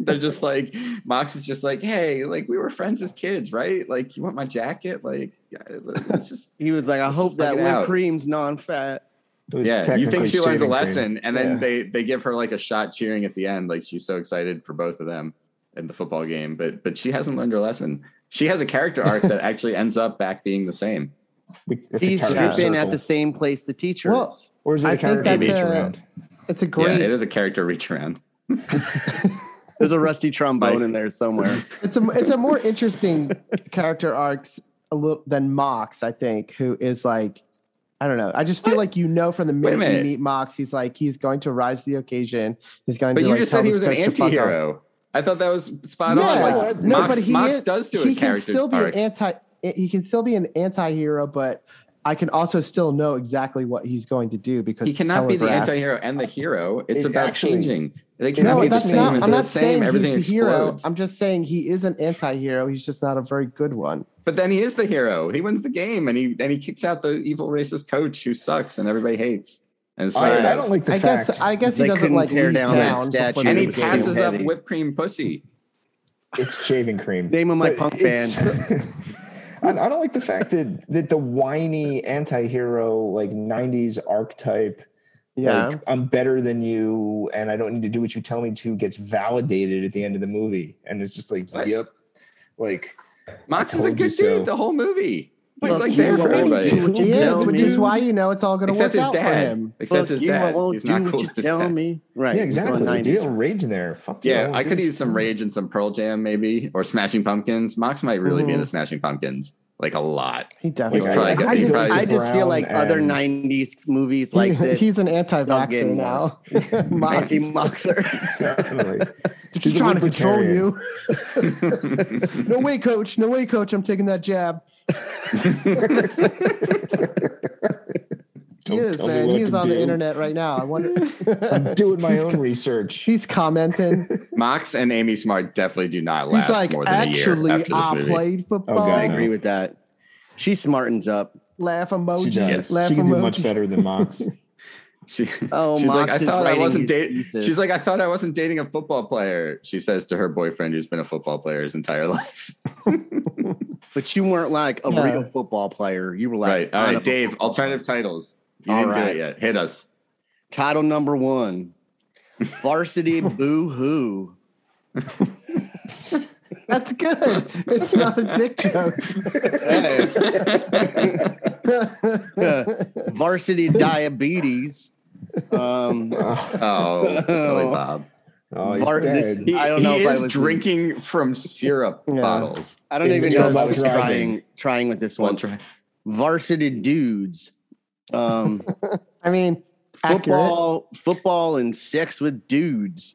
Speaker 5: they're just like Mox is just like, hey, like we were friends as kids, right? Like you want my jacket? Like yeah, let's just
Speaker 4: He was like, I hope
Speaker 5: just
Speaker 4: that
Speaker 5: fuck it
Speaker 4: whipped
Speaker 5: out.
Speaker 4: cream's non-fat.
Speaker 3: It was
Speaker 5: yeah. You think
Speaker 3: technically
Speaker 5: she learns a
Speaker 3: shaving cream.
Speaker 5: lesson, and then
Speaker 3: Yeah.
Speaker 5: they they give her like a shot cheering at the end, like she's so excited for both of them in the football game. But but she hasn't learned her lesson. She has a character arc that actually ends up back beeen the same.
Speaker 3: We- it's a
Speaker 4: He's
Speaker 3: character
Speaker 4: stripping at
Speaker 3: circle.
Speaker 4: the same place the teacher
Speaker 2: Well,
Speaker 4: is.
Speaker 3: Or is it
Speaker 2: I
Speaker 3: a
Speaker 2: think
Speaker 3: character
Speaker 2: that's
Speaker 3: beach
Speaker 2: a-
Speaker 3: around?
Speaker 2: It's a great.
Speaker 5: Yeah, it is a character reach around.
Speaker 4: There's a rusty trombone
Speaker 5: Mike.
Speaker 4: in there somewhere.
Speaker 2: it's a it's a more interesting character arcs a little than Mox, I think, who is like, I don't know. I just feel like you know from the
Speaker 5: Wait a
Speaker 2: minute you
Speaker 5: minute.
Speaker 2: meet Mox, he's like he's going to rise to the occasion. He's going
Speaker 5: But
Speaker 2: to
Speaker 5: you
Speaker 2: like
Speaker 5: just
Speaker 2: tell
Speaker 5: said he
Speaker 2: this
Speaker 5: was an
Speaker 2: coach to fuck off.
Speaker 5: anti-hero. I thought that was spot
Speaker 2: No,
Speaker 5: on.
Speaker 2: no,
Speaker 5: Like, Mox,
Speaker 2: but he
Speaker 5: Mox
Speaker 2: is-
Speaker 5: does do a
Speaker 2: He can
Speaker 5: character
Speaker 2: still be
Speaker 5: arc.
Speaker 2: an anti. He can still be an anti-hero, but I can also still know exactly what he's going to do because
Speaker 5: he
Speaker 2: it's
Speaker 5: cannot be the
Speaker 2: telegraphed.
Speaker 5: anti-hero and the hero. It's
Speaker 3: It
Speaker 5: about
Speaker 3: actually-
Speaker 5: changing. They cannot
Speaker 2: No,
Speaker 5: be the
Speaker 2: that's
Speaker 5: same.
Speaker 2: not.
Speaker 5: If
Speaker 2: I'm
Speaker 5: they're
Speaker 2: not
Speaker 5: the same,
Speaker 2: saying he's
Speaker 5: everything
Speaker 2: the hero.
Speaker 5: explodes.
Speaker 2: I'm just saying he is an anti-hero. He's just not a very good one.
Speaker 5: But then he is the hero. He wins the game, and he and he kicks out the evil racist coach who sucks and everybody hates. And so
Speaker 3: I, I don't like the
Speaker 2: I
Speaker 3: fact.
Speaker 2: guess. I guess he
Speaker 4: They
Speaker 2: doesn't
Speaker 4: couldn't
Speaker 2: like
Speaker 4: tear
Speaker 2: leave
Speaker 4: down
Speaker 2: down.
Speaker 4: that
Speaker 2: before
Speaker 4: statue.
Speaker 2: the
Speaker 5: and
Speaker 2: game.
Speaker 5: he
Speaker 4: It was too
Speaker 5: passes up
Speaker 4: heavy.
Speaker 5: whipped cream pussy.
Speaker 3: it's shaving cream.
Speaker 4: Name of my
Speaker 3: But
Speaker 4: punk
Speaker 3: it's- I, I don't like the fact that that the whiny anti-hero like '90s archetype.
Speaker 2: Yeah.
Speaker 3: like, I'm better than you, and I don't need to do what you tell me to. Gets validated at the end of the movie, and it's just like,
Speaker 5: Right.
Speaker 3: yep, like
Speaker 5: Mox
Speaker 3: I
Speaker 5: is a
Speaker 3: told you
Speaker 5: good
Speaker 3: so.
Speaker 5: dude the whole movie. He's
Speaker 4: Well,
Speaker 5: like
Speaker 4: he's
Speaker 5: there for
Speaker 4: already
Speaker 5: everybody.
Speaker 4: too-
Speaker 3: What you
Speaker 2: He
Speaker 4: tell
Speaker 2: is, which is
Speaker 4: me.
Speaker 2: why you know it's all going to work
Speaker 5: Except his
Speaker 2: out for
Speaker 5: dad.
Speaker 2: him.
Speaker 5: Except
Speaker 4: Fuck
Speaker 5: his
Speaker 4: you, I
Speaker 5: dad.
Speaker 4: won't
Speaker 5: He's
Speaker 4: do
Speaker 5: not
Speaker 4: what
Speaker 5: cool
Speaker 4: you
Speaker 5: with his
Speaker 4: tell
Speaker 5: dad.
Speaker 4: me. Right.
Speaker 3: yeah,
Speaker 4: it's all
Speaker 3: exactly.
Speaker 4: 90s.
Speaker 3: Deal rage in there. Fuck you,
Speaker 5: Yeah,
Speaker 3: don't
Speaker 5: I could
Speaker 3: do
Speaker 5: use
Speaker 4: Mm-hmm.
Speaker 5: some Rage and some Pearl Jam, maybe, or Smashing Pumpkins. Mox might really be
Speaker 2: Mhm.
Speaker 5: into
Speaker 4: Mm-hmm.
Speaker 5: Smashing Pumpkins, like a lot.
Speaker 2: He definitely.
Speaker 5: He's probably
Speaker 2: is.
Speaker 5: got-
Speaker 4: I
Speaker 5: he's
Speaker 4: just,
Speaker 5: probably
Speaker 4: I just feel
Speaker 3: brown
Speaker 4: like other
Speaker 3: and-
Speaker 4: '90s movies like
Speaker 2: He-
Speaker 4: this.
Speaker 2: he's an
Speaker 4: Don't
Speaker 2: anti-vaxxer
Speaker 4: get
Speaker 2: now. Mox,
Speaker 4: anti-moxer.
Speaker 3: Definitely.
Speaker 2: she's trying to control
Speaker 3: libertarian.
Speaker 2: you. No way, coach. No way, coach. I'm taking that jab. He
Speaker 3: Don't
Speaker 2: is,
Speaker 3: tell me
Speaker 2: man.
Speaker 3: what
Speaker 2: He's
Speaker 3: to
Speaker 2: on the
Speaker 3: do.
Speaker 2: internet right now. I wonder.
Speaker 3: I'm doing my
Speaker 2: He's
Speaker 3: own
Speaker 2: co-
Speaker 3: research.
Speaker 2: He's commenting.
Speaker 5: Mox and Amy Smart definitely do not last
Speaker 2: He's like,
Speaker 5: more than
Speaker 2: actually,
Speaker 5: a year after this
Speaker 2: I
Speaker 5: movie.
Speaker 2: played football.
Speaker 3: God,
Speaker 4: I agree with that. She smartens up.
Speaker 2: Laugh
Speaker 3: She
Speaker 2: emoji.
Speaker 3: does.
Speaker 2: Laugh
Speaker 3: She can
Speaker 2: emoji.
Speaker 3: do much better than Mox.
Speaker 5: She,
Speaker 4: Oh,
Speaker 5: she's like,
Speaker 4: Mox
Speaker 5: I
Speaker 4: is
Speaker 5: thought I
Speaker 4: writing
Speaker 5: wasn't
Speaker 4: his
Speaker 5: dating.
Speaker 4: thesis."
Speaker 5: She's like, I thought I wasn't dating a football player. She says to her boyfriend, who's been a football player his entire life.
Speaker 4: But you weren't like a
Speaker 2: Yeah.
Speaker 4: real football player. You were like
Speaker 5: right. All
Speaker 4: on
Speaker 5: right,
Speaker 4: a-
Speaker 5: Dave. Alternative titles. You
Speaker 4: All
Speaker 5: didn't do it
Speaker 4: right.
Speaker 5: yet. Hit us.
Speaker 4: title number one, varsity boo hoo.
Speaker 2: That's good. It's not a dick joke.
Speaker 4: varsity diabetes. Um,
Speaker 5: Oh, Billy Bob.
Speaker 3: Oh, he's
Speaker 4: Bart- this-
Speaker 3: dead.
Speaker 5: He,
Speaker 4: I don't
Speaker 5: he
Speaker 4: know if I
Speaker 5: is
Speaker 4: was-
Speaker 5: drinking from syrup
Speaker 2: Yeah.
Speaker 5: bottles.
Speaker 4: I don't
Speaker 3: In
Speaker 4: even
Speaker 3: the
Speaker 4: know
Speaker 3: job
Speaker 4: if I
Speaker 3: of
Speaker 4: was
Speaker 3: driving.
Speaker 4: trying trying with this
Speaker 5: Well,
Speaker 4: one. Varsity dudes. Um,
Speaker 2: I mean, accurate.
Speaker 4: football, football, and sex with dudes.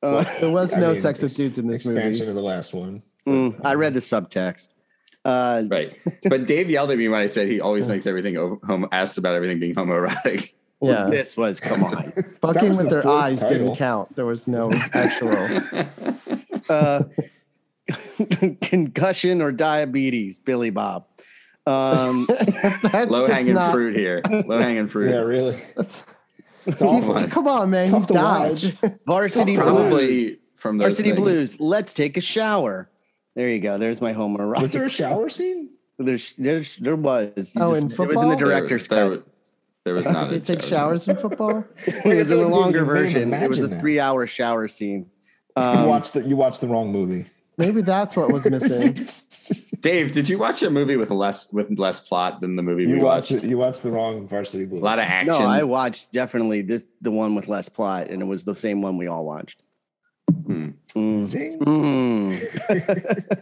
Speaker 4: Uh,
Speaker 2: There was
Speaker 3: I
Speaker 2: no
Speaker 3: mean,
Speaker 2: sex with dudes in this
Speaker 3: Expansion
Speaker 2: movie.
Speaker 3: of the last one.
Speaker 4: mm, I read the subtext. Uh,
Speaker 5: Right. But Dave yelled at me when I said he always makes everything o- homo, asks about everything being homoerotic.
Speaker 2: Yeah,
Speaker 4: This was come on.
Speaker 2: fucking
Speaker 3: was
Speaker 2: with
Speaker 3: the
Speaker 2: their
Speaker 3: fourth
Speaker 2: eyes
Speaker 3: title.
Speaker 2: didn't count. There was no actual.
Speaker 4: Uh, concussion or diabetes, Billy Bob. Um,
Speaker 2: That's
Speaker 5: Low
Speaker 2: just
Speaker 5: hanging
Speaker 2: not-
Speaker 5: fruit here. Low hanging fruit.
Speaker 3: Yeah, really.
Speaker 2: that's-
Speaker 3: It's
Speaker 2: he's-
Speaker 5: awful.
Speaker 2: come on, man.
Speaker 3: It's
Speaker 2: He
Speaker 3: tough to
Speaker 2: died.
Speaker 3: watch.
Speaker 4: varsity blues.
Speaker 5: Probably from those
Speaker 4: Varsity
Speaker 5: things.
Speaker 4: blues. Let's take a shower. There you go. There's my homework.
Speaker 3: Was there a shower scene?
Speaker 4: There's, there's, there was. You
Speaker 2: Oh, in
Speaker 4: It was in the
Speaker 2: football?
Speaker 5: There-
Speaker 4: director's
Speaker 5: there,
Speaker 4: cut.
Speaker 5: was- There was
Speaker 2: Did
Speaker 5: not.
Speaker 2: they
Speaker 5: a
Speaker 2: take
Speaker 5: shower.
Speaker 2: showers in football?
Speaker 4: it was in the longer
Speaker 3: You made me
Speaker 4: version. It was a
Speaker 3: imagine that.
Speaker 4: three-hour shower scene.
Speaker 3: You
Speaker 4: Um,
Speaker 3: watched the you watched the wrong movie.
Speaker 2: Maybe that's what was missing.
Speaker 5: Dave, did you watch a movie with less with less plot than the movie
Speaker 3: you
Speaker 5: we
Speaker 3: watched
Speaker 5: watched?
Speaker 3: it, you watched the wrong Varsity Blues.
Speaker 5: A lot of action.
Speaker 4: no, I watched definitely this the one with less plot, and it was the same one we all watched.
Speaker 5: Hmm.
Speaker 4: Mm.
Speaker 3: Zing.
Speaker 4: Mm.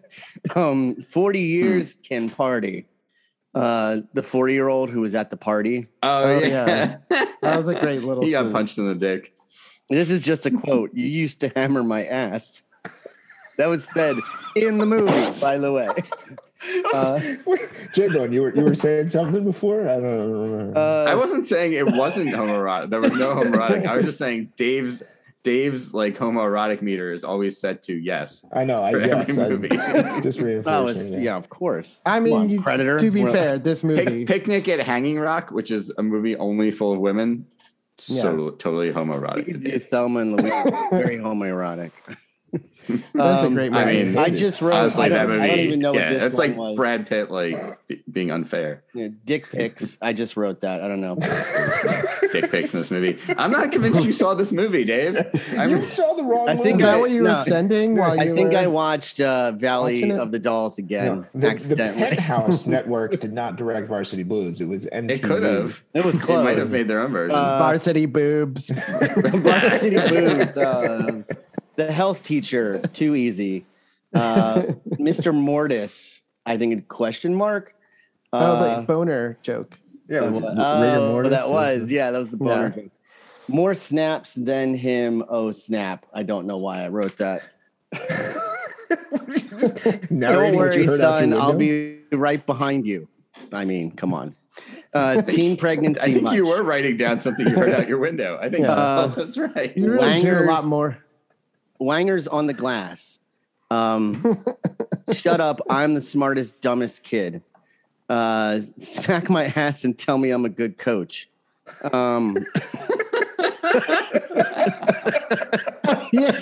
Speaker 4: um, forty years can party. Uh, the forty-year-old who was at the party.
Speaker 5: oh,
Speaker 2: Oh,
Speaker 5: yeah.
Speaker 2: That was a great little.
Speaker 5: he got
Speaker 2: scene.
Speaker 5: punched in the dick.
Speaker 4: This is just a quote. You used to hammer my ass. That was said in the movie, by the way. Uh,
Speaker 3: J-Bone, you were you were saying something before? I don't remember.
Speaker 5: I
Speaker 4: uh,
Speaker 5: wasn't saying it wasn't homoerotic. There was no homoerotic. I was just saying Dave's Dave's like homoerotic meter is always set to yes.
Speaker 3: I know. I
Speaker 5: for every
Speaker 3: guess. I,
Speaker 5: movie.
Speaker 3: just
Speaker 4: that was
Speaker 3: reinforcing. that.
Speaker 4: yeah, of course.
Speaker 2: I mean,
Speaker 4: Come on,
Speaker 2: you-
Speaker 4: predator.
Speaker 2: To be
Speaker 4: We're-
Speaker 2: fair, this movie.
Speaker 5: Pic- Picnic at Hanging Rock, which is a movie only full of women.
Speaker 2: Yeah.
Speaker 5: So totally
Speaker 4: We
Speaker 5: homoerotic. to
Speaker 4: could do
Speaker 5: Dave.
Speaker 4: Thelma and Louise. Very homoerotic.
Speaker 2: That's a
Speaker 4: Um,
Speaker 2: great
Speaker 5: I
Speaker 2: movie.
Speaker 5: mean,
Speaker 4: I just wrote.
Speaker 5: Honestly,
Speaker 4: I,
Speaker 5: that
Speaker 4: don't,
Speaker 5: movie.
Speaker 4: I don't even know
Speaker 5: yeah,
Speaker 4: what this
Speaker 5: It's
Speaker 4: one
Speaker 5: like
Speaker 4: was.
Speaker 5: Brad Pitt, like be- being unfair.
Speaker 4: You know, dick pics. I just wrote that. I don't know.
Speaker 5: Dick pics in this movie. I'm not convinced you saw this movie, Dave. I'm,
Speaker 3: you saw the wrong
Speaker 4: I
Speaker 3: movie.
Speaker 4: think
Speaker 2: is that what you were
Speaker 4: no.
Speaker 2: sending while you
Speaker 4: I think
Speaker 2: were?
Speaker 4: I watched uh, Valley
Speaker 2: Watching it?
Speaker 4: of the Dolls again
Speaker 3: No, the, the
Speaker 4: accidentally.
Speaker 3: Penthouse Network did not direct Varsity Blues. It was MTV.
Speaker 5: it could have.
Speaker 4: it was
Speaker 5: They might
Speaker 4: close.
Speaker 5: have made their own version.
Speaker 4: Uh,
Speaker 2: Varsity boobs.
Speaker 4: Varsity Blues. Uh, the health teacher. Too easy. Uh, Mr. Mortis. I think question mark.
Speaker 2: oh,
Speaker 4: Uh,
Speaker 2: the boner joke.
Speaker 3: Yeah, it was
Speaker 4: That
Speaker 3: rigor
Speaker 4: was- oh,
Speaker 3: mortis.
Speaker 4: that was yeah, that was the boner
Speaker 2: Yeah.
Speaker 4: joke. More snaps than him. Oh snap! I don't know why I wrote that.
Speaker 3: Narrating
Speaker 4: don't
Speaker 3: what you
Speaker 4: worry,
Speaker 3: heard out your
Speaker 4: son. I'll
Speaker 3: window?
Speaker 4: be right behind you. I mean, come on. Uh, teen pregnancy.
Speaker 5: I think
Speaker 4: much.
Speaker 5: you were writing down something you heard out your window. I think
Speaker 2: Yeah.
Speaker 5: so. that's right.
Speaker 2: You really drew a
Speaker 4: Wangers.
Speaker 2: lot more.
Speaker 4: Wangers on the glass. Um, shut up. I'm the smartest, dumbest kid. Uh, smack my ass and tell me I'm a good coach. Um,
Speaker 2: yeah.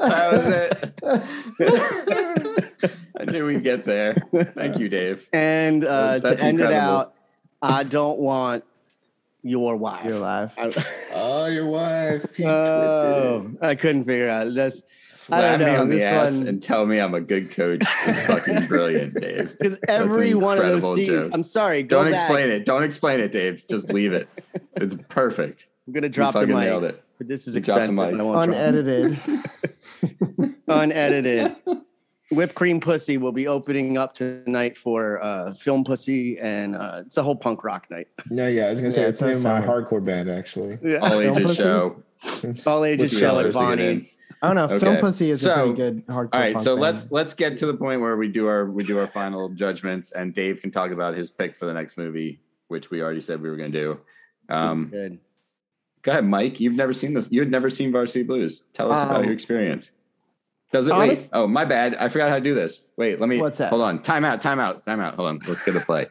Speaker 5: That was it. I knew we'd get there. Thank you, Dave.
Speaker 4: and uh,
Speaker 5: That's
Speaker 4: to end it
Speaker 5: incredible.
Speaker 4: out, I don't want your wife.
Speaker 2: You're live.
Speaker 4: I,
Speaker 3: Oh, your wife. He twisted it.
Speaker 4: oh, I couldn't figure out. That's
Speaker 5: Slap
Speaker 4: don't
Speaker 5: me
Speaker 4: know,
Speaker 5: on the
Speaker 4: this
Speaker 5: ass
Speaker 4: one-
Speaker 5: and tell me I'm a good coach is fucking brilliant, Dave.
Speaker 4: because every one of those
Speaker 5: incredible
Speaker 4: scenes.
Speaker 5: joke.
Speaker 4: I'm sorry. Go
Speaker 5: Don't
Speaker 4: back.
Speaker 5: explain it. Don't explain it, Dave. Just leave it. It's perfect.
Speaker 4: I'm gonna
Speaker 5: You
Speaker 4: drop the
Speaker 5: fucking
Speaker 4: mic.
Speaker 5: nailed it.
Speaker 4: But this is
Speaker 5: You dropped the
Speaker 4: expensive.
Speaker 5: mic.
Speaker 4: I won't drop
Speaker 2: Unedited.
Speaker 4: unedited. Whipped Cream Pussy will be opening up tonight for uh, Film Pussy, and uh, it's a whole punk rock night.
Speaker 3: No, yeah, I was gonna say
Speaker 2: Yeah,
Speaker 3: it's
Speaker 2: it
Speaker 3: name
Speaker 2: does
Speaker 3: of my
Speaker 2: sound like-
Speaker 3: hardcore band actually.
Speaker 4: Yeah.
Speaker 5: All ages
Speaker 2: pussy?
Speaker 5: show.
Speaker 4: All
Speaker 5: Look at
Speaker 4: ages show
Speaker 5: all
Speaker 4: at
Speaker 5: those again.
Speaker 4: Bonnie's.
Speaker 2: I don't know. Film
Speaker 5: Okay.
Speaker 2: Pussy is
Speaker 5: So-
Speaker 2: a pretty good hardcore.
Speaker 5: All right,
Speaker 2: punk
Speaker 5: so
Speaker 2: band.
Speaker 5: let's let's get to the point where we do our we do our final judgments, and Dave can talk about his pick for the next movie, which we already said we were going to do. Um,
Speaker 4: Good.
Speaker 5: Go ahead, Mike. You've never seen this. You've never seen Varsity Blues. Tell us about
Speaker 2: Um,
Speaker 5: your experience. Does it
Speaker 2: honest-
Speaker 5: wait? Oh, my bad. I forgot how to do this. Wait, let me.
Speaker 2: What's that?
Speaker 5: Hold on. Time out. Time out. Time out. Hold on. Let's get a play.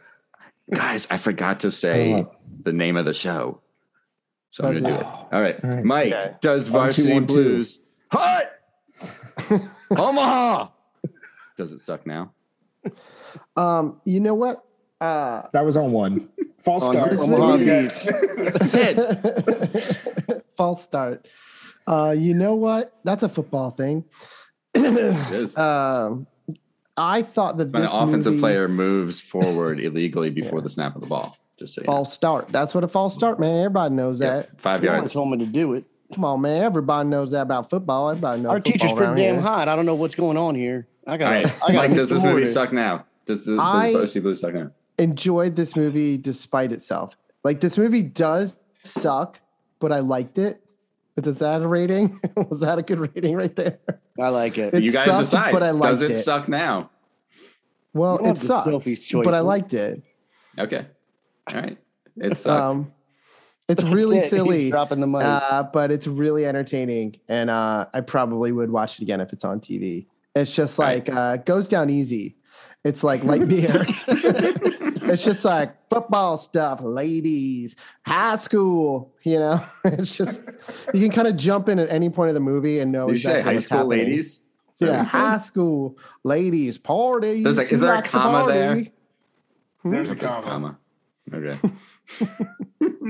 Speaker 5: Guys, I forgot to say
Speaker 3: Hold
Speaker 5: the name of the show, so I'm
Speaker 2: That's
Speaker 5: gonna do
Speaker 2: it.
Speaker 5: it. All right,
Speaker 3: All right.
Speaker 5: Mike.
Speaker 2: Okay.
Speaker 5: Does
Speaker 3: One, two,
Speaker 5: Varsity
Speaker 3: one, two.
Speaker 5: Blues hot Omaha? Does it suck now?
Speaker 2: Um, you know what? Uh,
Speaker 3: That was on one. False
Speaker 4: On
Speaker 3: start.
Speaker 2: this movie-
Speaker 5: Ted.
Speaker 2: false start. Uh, you know what? That's a football thing.
Speaker 5: It is.
Speaker 3: Uh,
Speaker 2: Um, I thought that
Speaker 5: when
Speaker 2: this
Speaker 5: an offensive
Speaker 2: movie,
Speaker 5: player moves forward illegally before the snap of the ball. Just so you know.
Speaker 2: false start. That's what a false start, man. Everybody knows that.
Speaker 5: Five
Speaker 4: No one
Speaker 5: yards.
Speaker 4: told me to do it.
Speaker 2: Come on, man. Everybody knows that about football. Everybody knows
Speaker 4: Our
Speaker 2: football
Speaker 4: teacher's pretty
Speaker 2: around
Speaker 4: damn
Speaker 2: here.
Speaker 4: hot. I don't know what's going on here. I
Speaker 5: All
Speaker 4: got.
Speaker 5: right,
Speaker 4: to I got.
Speaker 5: Mike, does this movie suck now? Does, does, does
Speaker 2: I-
Speaker 5: Varsity Blues suck now?
Speaker 2: Enjoyed this movie despite itself. Like this movie does suck, but I liked it. Is that a rating? Was that a good rating right there?
Speaker 4: I like it.
Speaker 2: It
Speaker 5: you guys
Speaker 2: sucked,
Speaker 5: decide.
Speaker 2: but I liked
Speaker 5: does it,
Speaker 2: it.
Speaker 5: suck now?
Speaker 2: Well,
Speaker 4: You
Speaker 2: it
Speaker 4: have the
Speaker 2: sucked,
Speaker 4: Sophie's Choice
Speaker 2: but I
Speaker 4: one.
Speaker 2: liked it.
Speaker 5: Okay. All right. It sucked.
Speaker 2: Um, it's really
Speaker 4: That's it. He's
Speaker 2: silly,
Speaker 4: dropping the mic.
Speaker 2: uh, but it's really entertaining, and uh, I probably would watch it again if it's on TV. It's just
Speaker 5: Right.
Speaker 2: like uh, goes down easy. It's like light beer. it's just like football stuff, ladies, high school. You know, it's just you can kind of jump in at any point of the movie and know
Speaker 5: Did you
Speaker 2: exactly
Speaker 5: say high
Speaker 2: what's
Speaker 5: school
Speaker 2: happening.
Speaker 5: ladies? Is that what
Speaker 2: Yeah,
Speaker 5: you said?
Speaker 2: high school ladies party.
Speaker 5: There's like- is there a comma there?
Speaker 7: There's
Speaker 4: Hmm?
Speaker 7: a
Speaker 5: Just
Speaker 7: comma.
Speaker 5: Okay. All right,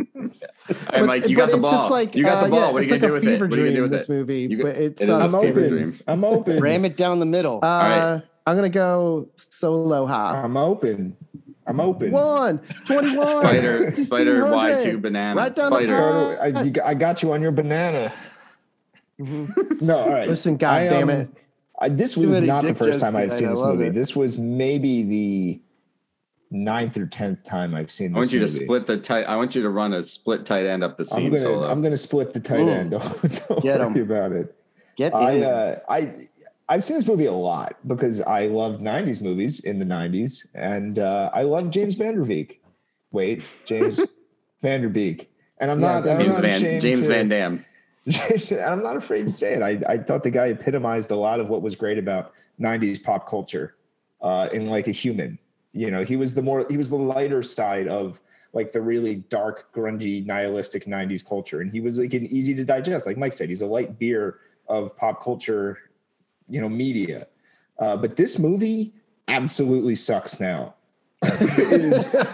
Speaker 2: But-
Speaker 5: Mike, you
Speaker 2: but
Speaker 5: got the
Speaker 2: it's
Speaker 5: ball.
Speaker 2: just like,
Speaker 5: you got the
Speaker 2: uh,
Speaker 5: ball.
Speaker 2: yeah,
Speaker 5: what are you
Speaker 2: it's like
Speaker 5: gonna
Speaker 2: a
Speaker 5: do with it?
Speaker 2: fever
Speaker 5: What are you gonna
Speaker 2: dream
Speaker 5: do
Speaker 2: in
Speaker 5: with
Speaker 2: this
Speaker 5: it?
Speaker 2: movie,
Speaker 5: You go-
Speaker 2: but it's
Speaker 5: it is
Speaker 2: uh,
Speaker 5: a
Speaker 3: I'm
Speaker 5: fever
Speaker 3: open.
Speaker 5: dream.
Speaker 3: I'm open.
Speaker 4: Ram it down the middle.
Speaker 2: uh,
Speaker 5: right.
Speaker 2: I'm gonna go solo high.
Speaker 3: I'm open. I'm open.
Speaker 2: One twenty-one.
Speaker 5: Spider, spider, Y
Speaker 2: 1600.
Speaker 5: two banana.
Speaker 2: Right down the
Speaker 5: spider.
Speaker 2: top.
Speaker 3: Carter, I, you, got- I got you on your banana. No, all right.
Speaker 2: Listen, God
Speaker 3: I,
Speaker 2: damn
Speaker 3: um,
Speaker 2: it.
Speaker 3: I, this was
Speaker 4: many
Speaker 3: not the
Speaker 4: dick
Speaker 3: first
Speaker 4: jokes
Speaker 3: time I've
Speaker 4: tonight.
Speaker 3: seen
Speaker 4: I
Speaker 3: this
Speaker 4: love
Speaker 3: movie.
Speaker 4: it.
Speaker 3: This was maybe the ninth or tenth time I've seen this
Speaker 5: I want you to
Speaker 3: movie.
Speaker 5: split the tight. I want you to run a split tight end up the
Speaker 3: I'm
Speaker 5: seam
Speaker 3: gonna
Speaker 5: solo.
Speaker 3: I'm gonna split the tight
Speaker 4: Ooh.
Speaker 3: end. Don't, don't
Speaker 4: Get
Speaker 3: worry
Speaker 4: 'em.
Speaker 3: about it.
Speaker 4: Get
Speaker 3: I
Speaker 4: in.
Speaker 3: uh, I I've seen this movie a lot because I love '90s movies in the '90s, and uh, I love James Vanderbeek. Wait, James Vanderbeek, and I'm
Speaker 4: Yeah,
Speaker 3: not I'm
Speaker 5: James
Speaker 3: not
Speaker 5: Van
Speaker 3: ashamed
Speaker 5: James
Speaker 3: to-
Speaker 5: Van Dam.
Speaker 3: James- I'm not afraid to say it. I, I thought the guy epitomized a lot of what was great about 90s pop culture uh, in like a human. You know, he was the more, he was the lighter side of like the really dark, grungy, nihilistic 90s culture. And he was like an easy to digest. Like Mike said, he's a light beer of pop culture, you know, media. Uh, but this movie absolutely sucks now.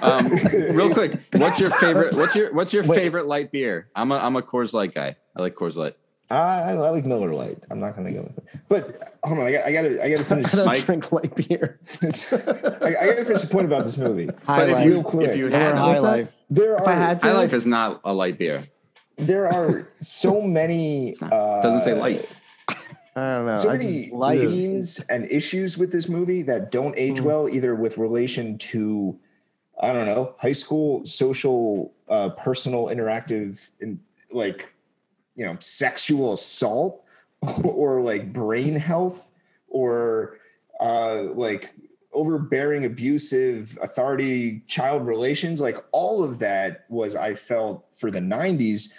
Speaker 5: Um, real quick, what's your favorite? What's your what's your
Speaker 3: Wait.
Speaker 5: favorite light beer? I'm a I'm a Coors Light guy. I like Coors Light.
Speaker 3: I, I like Miller Lite. I'm not going to go with it. But hold on, I got, I got to, I
Speaker 2: I
Speaker 3: got to finish.
Speaker 2: don't
Speaker 5: Mike.
Speaker 2: drink light beer.
Speaker 3: I, I gotta finish the point about this movie.
Speaker 5: But if
Speaker 4: Highlight.
Speaker 3: Real
Speaker 5: you,
Speaker 3: quick.
Speaker 5: if you
Speaker 4: Lower
Speaker 5: had
Speaker 2: What's
Speaker 4: high
Speaker 2: up?
Speaker 5: a-
Speaker 4: life.
Speaker 3: There
Speaker 2: If I
Speaker 3: are
Speaker 2: had to,
Speaker 5: High Life is not a light beer.
Speaker 3: there are so many
Speaker 5: It's not.
Speaker 3: uh,
Speaker 5: doesn't say light.
Speaker 2: I don't know.
Speaker 3: So
Speaker 2: I
Speaker 3: many
Speaker 2: just,
Speaker 4: like-
Speaker 3: themes and issues with this movie that don't age
Speaker 2: Mm.
Speaker 3: well, either with relation to I don't know high school social, uh, personal, interactive, and like you know sexual assault or like brain health or uh, like overbearing, abusive, authority, child relations. Like all of that was, I felt, for the 90s,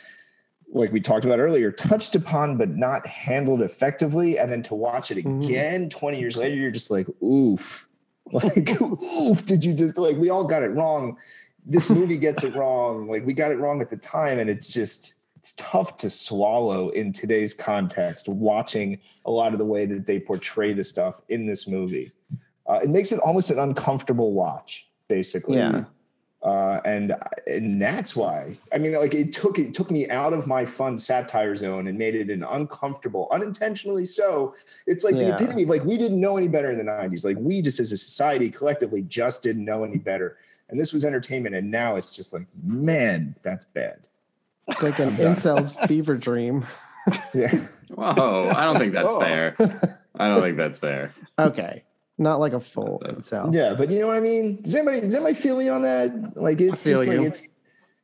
Speaker 3: like we talked about earlier, touched upon but not handled effectively. And then to watch it
Speaker 2: Mhm.
Speaker 3: again 20 years later, you're just like, oof. Like, oof, did you just like, we all got it wrong. This movie gets it wrong. Like, we got it wrong at the time. And it's just, it's tough to swallow in today's context, watching a lot of the way that they portray the stuff in this movie. Uh, it makes it almost an uncomfortable watch, basically.
Speaker 4: Yeah.
Speaker 3: Uh, and and that's why I mean, like it took it took me out of my fun satire zone and made it an uncomfortable, unintentionally so. It's like the
Speaker 2: Yeah.
Speaker 3: epitome of like we didn't know any better in the '90s. Like we just as a society collectively just didn't know any better. And this was entertainment, and now it's just like, man, that's bad.
Speaker 2: it's like an
Speaker 3: I'm done.
Speaker 2: incel's fever dream.
Speaker 3: Yeah.
Speaker 5: Whoa, I don't think that's
Speaker 3: Whoa.
Speaker 5: fair. I don't think that's fair.
Speaker 2: Okay, not like a full
Speaker 5: That's
Speaker 2: incel.
Speaker 3: Yeah, but you know what I mean? Does anybody does anybody feel me on that? Like it's
Speaker 4: feel
Speaker 3: just like
Speaker 4: you.
Speaker 3: it's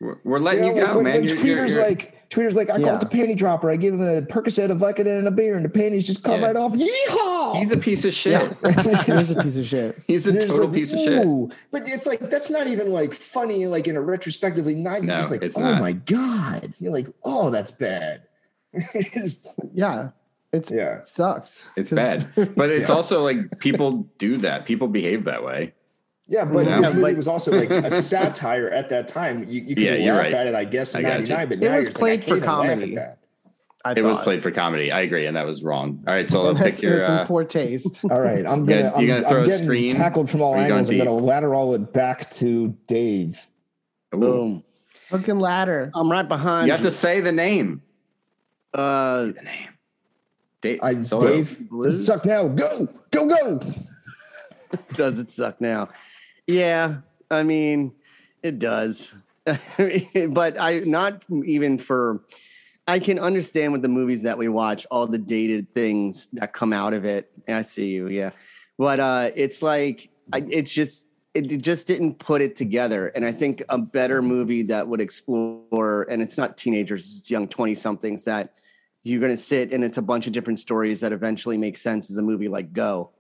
Speaker 5: We're, we're
Speaker 3: you
Speaker 5: letting
Speaker 3: know,
Speaker 5: Uh, you,
Speaker 3: like,
Speaker 5: go,
Speaker 3: when,
Speaker 5: man.
Speaker 3: when
Speaker 5: You're- you're-
Speaker 3: tweeters
Speaker 5: you're-
Speaker 3: like tweeters like I
Speaker 2: Yeah.
Speaker 3: called the panty dropper, I give him a Percocet, a Vicodin, and a beer, and the panties just come
Speaker 5: Yeah.
Speaker 3: right off. Yeehaw!
Speaker 5: he's a piece of shit.
Speaker 2: Here's a piece of shit.
Speaker 5: He's a
Speaker 3: You're just
Speaker 5: total
Speaker 3: like,
Speaker 5: piece of shit.
Speaker 3: "Ooh." But it's like that's not even like funny, like in a retrospectively not
Speaker 5: No,
Speaker 3: just like,
Speaker 5: it's
Speaker 3: oh
Speaker 5: not.
Speaker 3: my god. You're like, oh that's bad. It's-
Speaker 2: Yeah, it's
Speaker 3: yeah.
Speaker 2: sucks.
Speaker 5: It's
Speaker 2: 'Cause-
Speaker 5: bad, but it's
Speaker 3: Yeah.
Speaker 5: also like people do that. People behave that way.
Speaker 3: Yeah, but
Speaker 5: Yeah,
Speaker 3: this movie
Speaker 4: but-
Speaker 3: was also like a satire at that time. You, you can
Speaker 5: Yeah, you're
Speaker 3: laugh
Speaker 5: right.
Speaker 3: at it, I guess, in
Speaker 5: I got you.
Speaker 3: '99, but
Speaker 2: It was
Speaker 3: now you're just
Speaker 2: played
Speaker 3: like, I
Speaker 2: for
Speaker 3: can't even laugh at
Speaker 2: comedy.
Speaker 3: that.
Speaker 2: I
Speaker 5: It was
Speaker 2: thought.
Speaker 5: played for comedy. I agree, and that was wrong. All right, so
Speaker 2: That's
Speaker 5: pick your.
Speaker 2: some
Speaker 5: Uh,
Speaker 2: poor taste.
Speaker 3: All right, I'm
Speaker 5: You
Speaker 3: gonna,
Speaker 5: gotta- you
Speaker 3: I'm,
Speaker 5: gotta throw
Speaker 3: I'm
Speaker 5: a
Speaker 3: getting
Speaker 5: screen,
Speaker 3: tackled from all
Speaker 5: or you
Speaker 3: angles.
Speaker 5: going
Speaker 3: I'm
Speaker 5: deep?
Speaker 3: gonna lateral it back to Dave.
Speaker 5: ooh.
Speaker 4: Boom.
Speaker 2: Hook and ladder.
Speaker 4: I'm right behind
Speaker 5: you
Speaker 4: you.
Speaker 5: have to say the name.
Speaker 4: uh,
Speaker 5: The name. Dave.
Speaker 3: I
Speaker 5: so-
Speaker 3: Dave,
Speaker 4: Blue?
Speaker 3: this suck now. Go, go, go.
Speaker 4: does it suck now? Yeah, I mean, it does. but I not even for I can understand with the movies that we watch, all the dated things that come out of it. I see you, yeah. But uh, it's like I, it's just it, it just didn't put it together. And I think a better movie that would explore, and it's not teenagers, it's young twenty somethings that you're going to sit and it's a bunch of different stories that eventually make sense as a movie like Go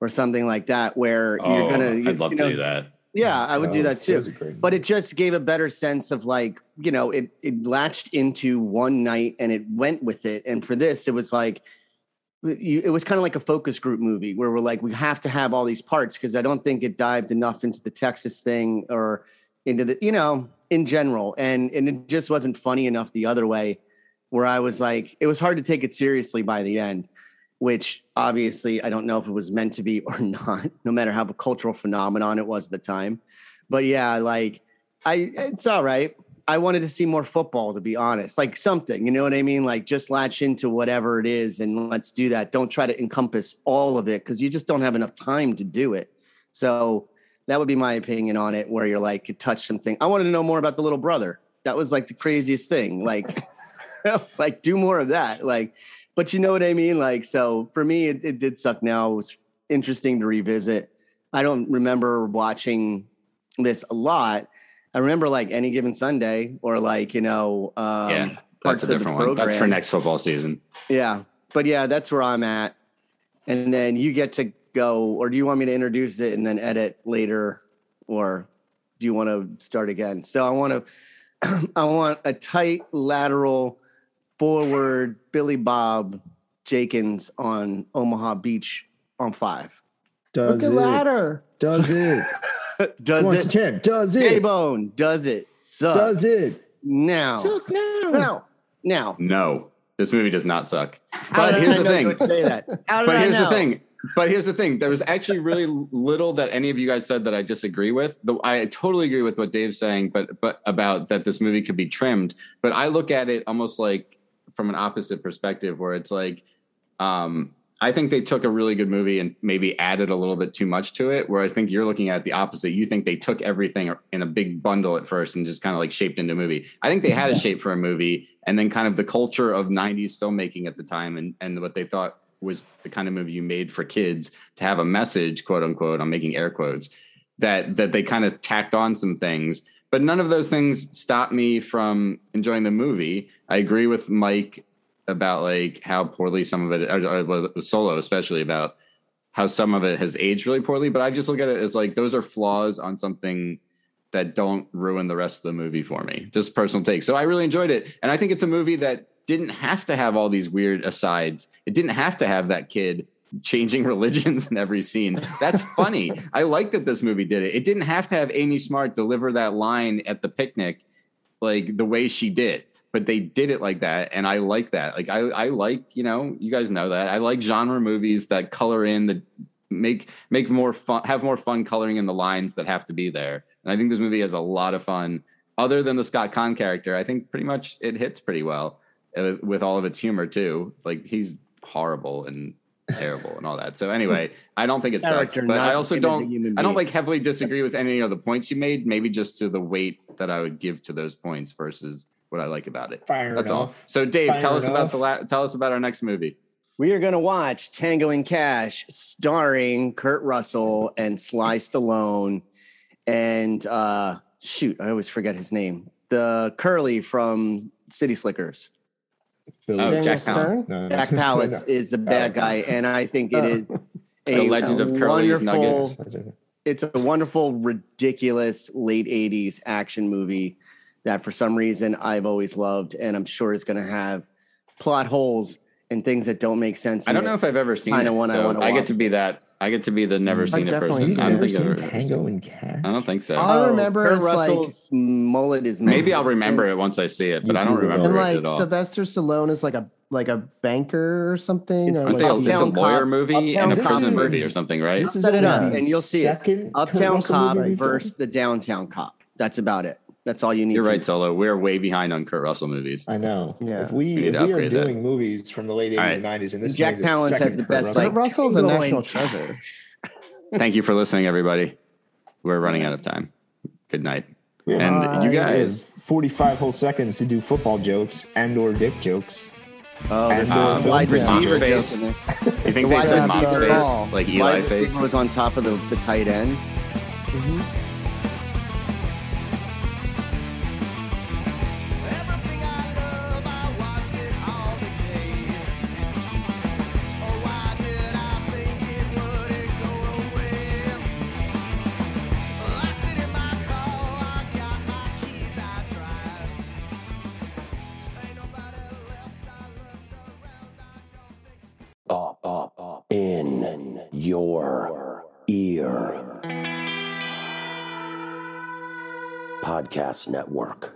Speaker 4: or something like that, where you're
Speaker 8: Oh,
Speaker 4: going to.
Speaker 8: I'd love to do that.
Speaker 4: Yeah, I would do that too
Speaker 3: Oh, was a great
Speaker 4: but it just gave a better sense of like you know it it latched into one night and it went with it and for this it was like you, it was kind of like a focus group movie where we're like we have to have all these parts because i don't think it dived enough into the texas thing or into the you know in general and and it just wasn't funny enough the other way where i was like it was hard to take it seriously by the end which obviously i don't know if it was meant to be or not no matter how cultural phenomenon it was at the time but yeah, like I, it's all right. I wanted to see more football, to be honest. Like something, you know what I mean? Like just latch into whatever it is and let's do that. Don't try to encompass all of it because you just don't have enough time to do it. So that would be my opinion on it, where you're like, it touched something. I wanted to know more about the little brother. That was like the craziest thing. Like, like do more of that. Like, but you know what I mean? Like, so for me, it, it did suck. Now it was interesting to revisit. I don't remember watching this a lot. I remember like any given Sunday or like, you know, um,
Speaker 5: Yeah, That's
Speaker 4: parts of
Speaker 5: a
Speaker 4: the
Speaker 5: different one. That's for
Speaker 4: program.
Speaker 5: next football season.
Speaker 4: Yeah. But yeah, that's where I'm at. And then you get to go, or do you want me to introduce it and then edit later? Or do you want to start again? So I want to, I want a tight lateral forward Billy Bob Jenkins on Omaha Beach on five.
Speaker 3: Does
Speaker 2: Look at
Speaker 3: it?
Speaker 2: ladder.
Speaker 3: Does it?
Speaker 4: Does
Speaker 3: Once
Speaker 4: it?
Speaker 3: ten. Does
Speaker 4: J
Speaker 3: it?
Speaker 4: Bone, does it suck
Speaker 3: Does it?
Speaker 4: now?
Speaker 3: Suck now.
Speaker 4: Now, now.
Speaker 5: No, this movie does not suck.
Speaker 4: How
Speaker 5: But
Speaker 4: did
Speaker 5: here's
Speaker 4: I
Speaker 5: the
Speaker 4: know you
Speaker 5: thing.
Speaker 4: would say that. How did
Speaker 5: but
Speaker 4: I
Speaker 5: here's
Speaker 4: know?
Speaker 5: the thing. But here's the thing. There was actually really little that any of you guys said that I disagree with. Though I totally agree with what Dave's saying, but but about that this movie could be trimmed. But I look at it almost like from an opposite perspective, where it's like, um, I think they took a really good movie and maybe added a little bit too much to it. Where I think you're looking at it the opposite. You think they took everything in a big bundle at first and just kind of like shaped into a movie. I think they had a shape for a movie, and then kind of the culture of '90s filmmaking at the time and and what they thought was the kind of movie you made for kids to have a message, quote unquote. I'm making air quotes that that they kind of tacked on some things, but none of those things stopped me from enjoying the movie. I agree with Mike about like how poorly some of it, or, or with Solo especially about how some of it has aged really poorly. But I just look at it as like those are flaws on something that don't ruin the rest of the movie for me. Just personal take. So I really enjoyed it. And I think it's a movie that didn't have to have all these weird asides. It didn't have to have that kid changing religions in every scene. That's funny. I like that this movie did it. It didn't have to have Amy Smart deliver that line at the picnic like the way she did. But they did it like that, and I like that. Like I, I like you know, you guys know that I like genre movies that color in the make make more fun, have more fun coloring in the lines that have to be there. And I think this movie has a lot of fun. Other than the Scott Conn character, I think pretty much it hits pretty well uh, with all of its humor too. Like he's horrible and terrible and all that. So anyway, I don't think it's sucked,
Speaker 4: Character,
Speaker 5: but
Speaker 4: not
Speaker 5: I also
Speaker 4: him as a
Speaker 5: don't
Speaker 4: human
Speaker 5: I don't
Speaker 4: being.
Speaker 5: like heavily disagree with any of the points you made, maybe just to the weight that I would give to those points versus what I like about it.
Speaker 3: Fire
Speaker 5: That's all.
Speaker 3: enough.
Speaker 5: So Dave,
Speaker 3: Fair
Speaker 5: tell us about
Speaker 3: enough.
Speaker 5: the la- tell us about our next movie.
Speaker 4: We are going to watch Tango and Cash, starring Kurt Russell and Sly Stallone, and uh, shoot, I always forget his name. The Curly from City Slickers,
Speaker 5: Oh,
Speaker 2: Daniel
Speaker 5: Jack
Speaker 2: Stern.
Speaker 5: Palance.
Speaker 3: No.
Speaker 4: Jack Palance is the bad guy, and I think it is
Speaker 5: The Legend of Curly's Nuggets.
Speaker 4: it's a wonderful, ridiculous late '80s action movie that, for some reason, I've always loved, and I'm sure is going to have plot holes and things that don't make sense.
Speaker 5: I
Speaker 4: in
Speaker 5: don't
Speaker 4: it.
Speaker 5: know if I've ever seen
Speaker 4: Kinda
Speaker 5: it.
Speaker 4: one I
Speaker 5: so
Speaker 4: wanna
Speaker 5: I
Speaker 4: watch.
Speaker 5: get to be that. I get to be the never seen it
Speaker 2: definitely
Speaker 5: person.
Speaker 2: seen
Speaker 5: I
Speaker 2: it.
Speaker 5: don't
Speaker 3: Never
Speaker 5: think I've
Speaker 3: seen
Speaker 5: ever-
Speaker 3: Tango and Cash.
Speaker 5: I don't think so.
Speaker 2: All I remember
Speaker 4: Oh, Kurt
Speaker 2: is, like-
Speaker 4: Russell's mullet is
Speaker 5: Maybe
Speaker 4: mad.
Speaker 5: I'll remember it once I see it, but
Speaker 3: You
Speaker 5: I
Speaker 3: Googled
Speaker 5: don't
Speaker 3: it.
Speaker 5: remember
Speaker 2: And
Speaker 5: it
Speaker 2: like
Speaker 5: at all.
Speaker 2: Sylvester Stallone is like a like a banker or something.
Speaker 4: It's
Speaker 2: or
Speaker 5: Aren't
Speaker 2: like
Speaker 5: they a-
Speaker 4: Uptown
Speaker 5: it's a lawyer
Speaker 4: Cop-
Speaker 5: movie
Speaker 4: Uptown
Speaker 5: and a
Speaker 4: Cop
Speaker 5: prison
Speaker 4: is-
Speaker 5: movie or something, right?
Speaker 4: Set it
Speaker 3: only
Speaker 4: up
Speaker 3: the
Speaker 4: and you'll see it.
Speaker 3: second Kurt
Speaker 4: Uptown
Speaker 3: Russell
Speaker 4: Cop
Speaker 3: movie we've done.
Speaker 4: versus the Downtown Cop. That's about it. That's all you need.
Speaker 5: You're
Speaker 4: to
Speaker 5: right,
Speaker 4: know.
Speaker 5: Solo. We're way behind on Kurt Russell movies.
Speaker 3: I know.
Speaker 2: Yeah.
Speaker 3: If we,
Speaker 5: We need
Speaker 3: if we
Speaker 5: to
Speaker 3: are
Speaker 5: upgrade that.
Speaker 3: doing movies from the late 80s and 90s, and this
Speaker 4: Jack
Speaker 3: thing's the
Speaker 4: Palance has
Speaker 3: second
Speaker 4: the
Speaker 3: Kurt
Speaker 4: best.
Speaker 3: Russell.
Speaker 4: Like
Speaker 2: Kurt Russell is a
Speaker 4: Tango
Speaker 2: national
Speaker 4: and
Speaker 2: treasure.
Speaker 5: Thank you for listening, everybody. We're running out of time. Good night. And you guys,
Speaker 3: forty-five whole seconds to do football jokes and or dick jokes.
Speaker 4: Oh, there's
Speaker 3: And,
Speaker 4: a
Speaker 3: uh,
Speaker 4: wide
Speaker 3: Phil
Speaker 5: Brown's
Speaker 4: receiver joke
Speaker 5: face.
Speaker 4: in there.
Speaker 5: you think
Speaker 4: The
Speaker 5: they
Speaker 4: wide
Speaker 5: said
Speaker 2: receiver
Speaker 5: Mop's
Speaker 2: ball.
Speaker 5: face, like Eli
Speaker 4: Wide
Speaker 5: face?
Speaker 4: receiver was on top of the, the tight end. Mm-hmm.
Speaker 6: Everything I love, I watched it all decay. Oh, why did I think it wouldn't go away? Well, I sit in my car, I got my keys, I drive. Ain't nobody left, I looked around, I don't think.
Speaker 1: Up, up, up. In your ear. Podcast Network.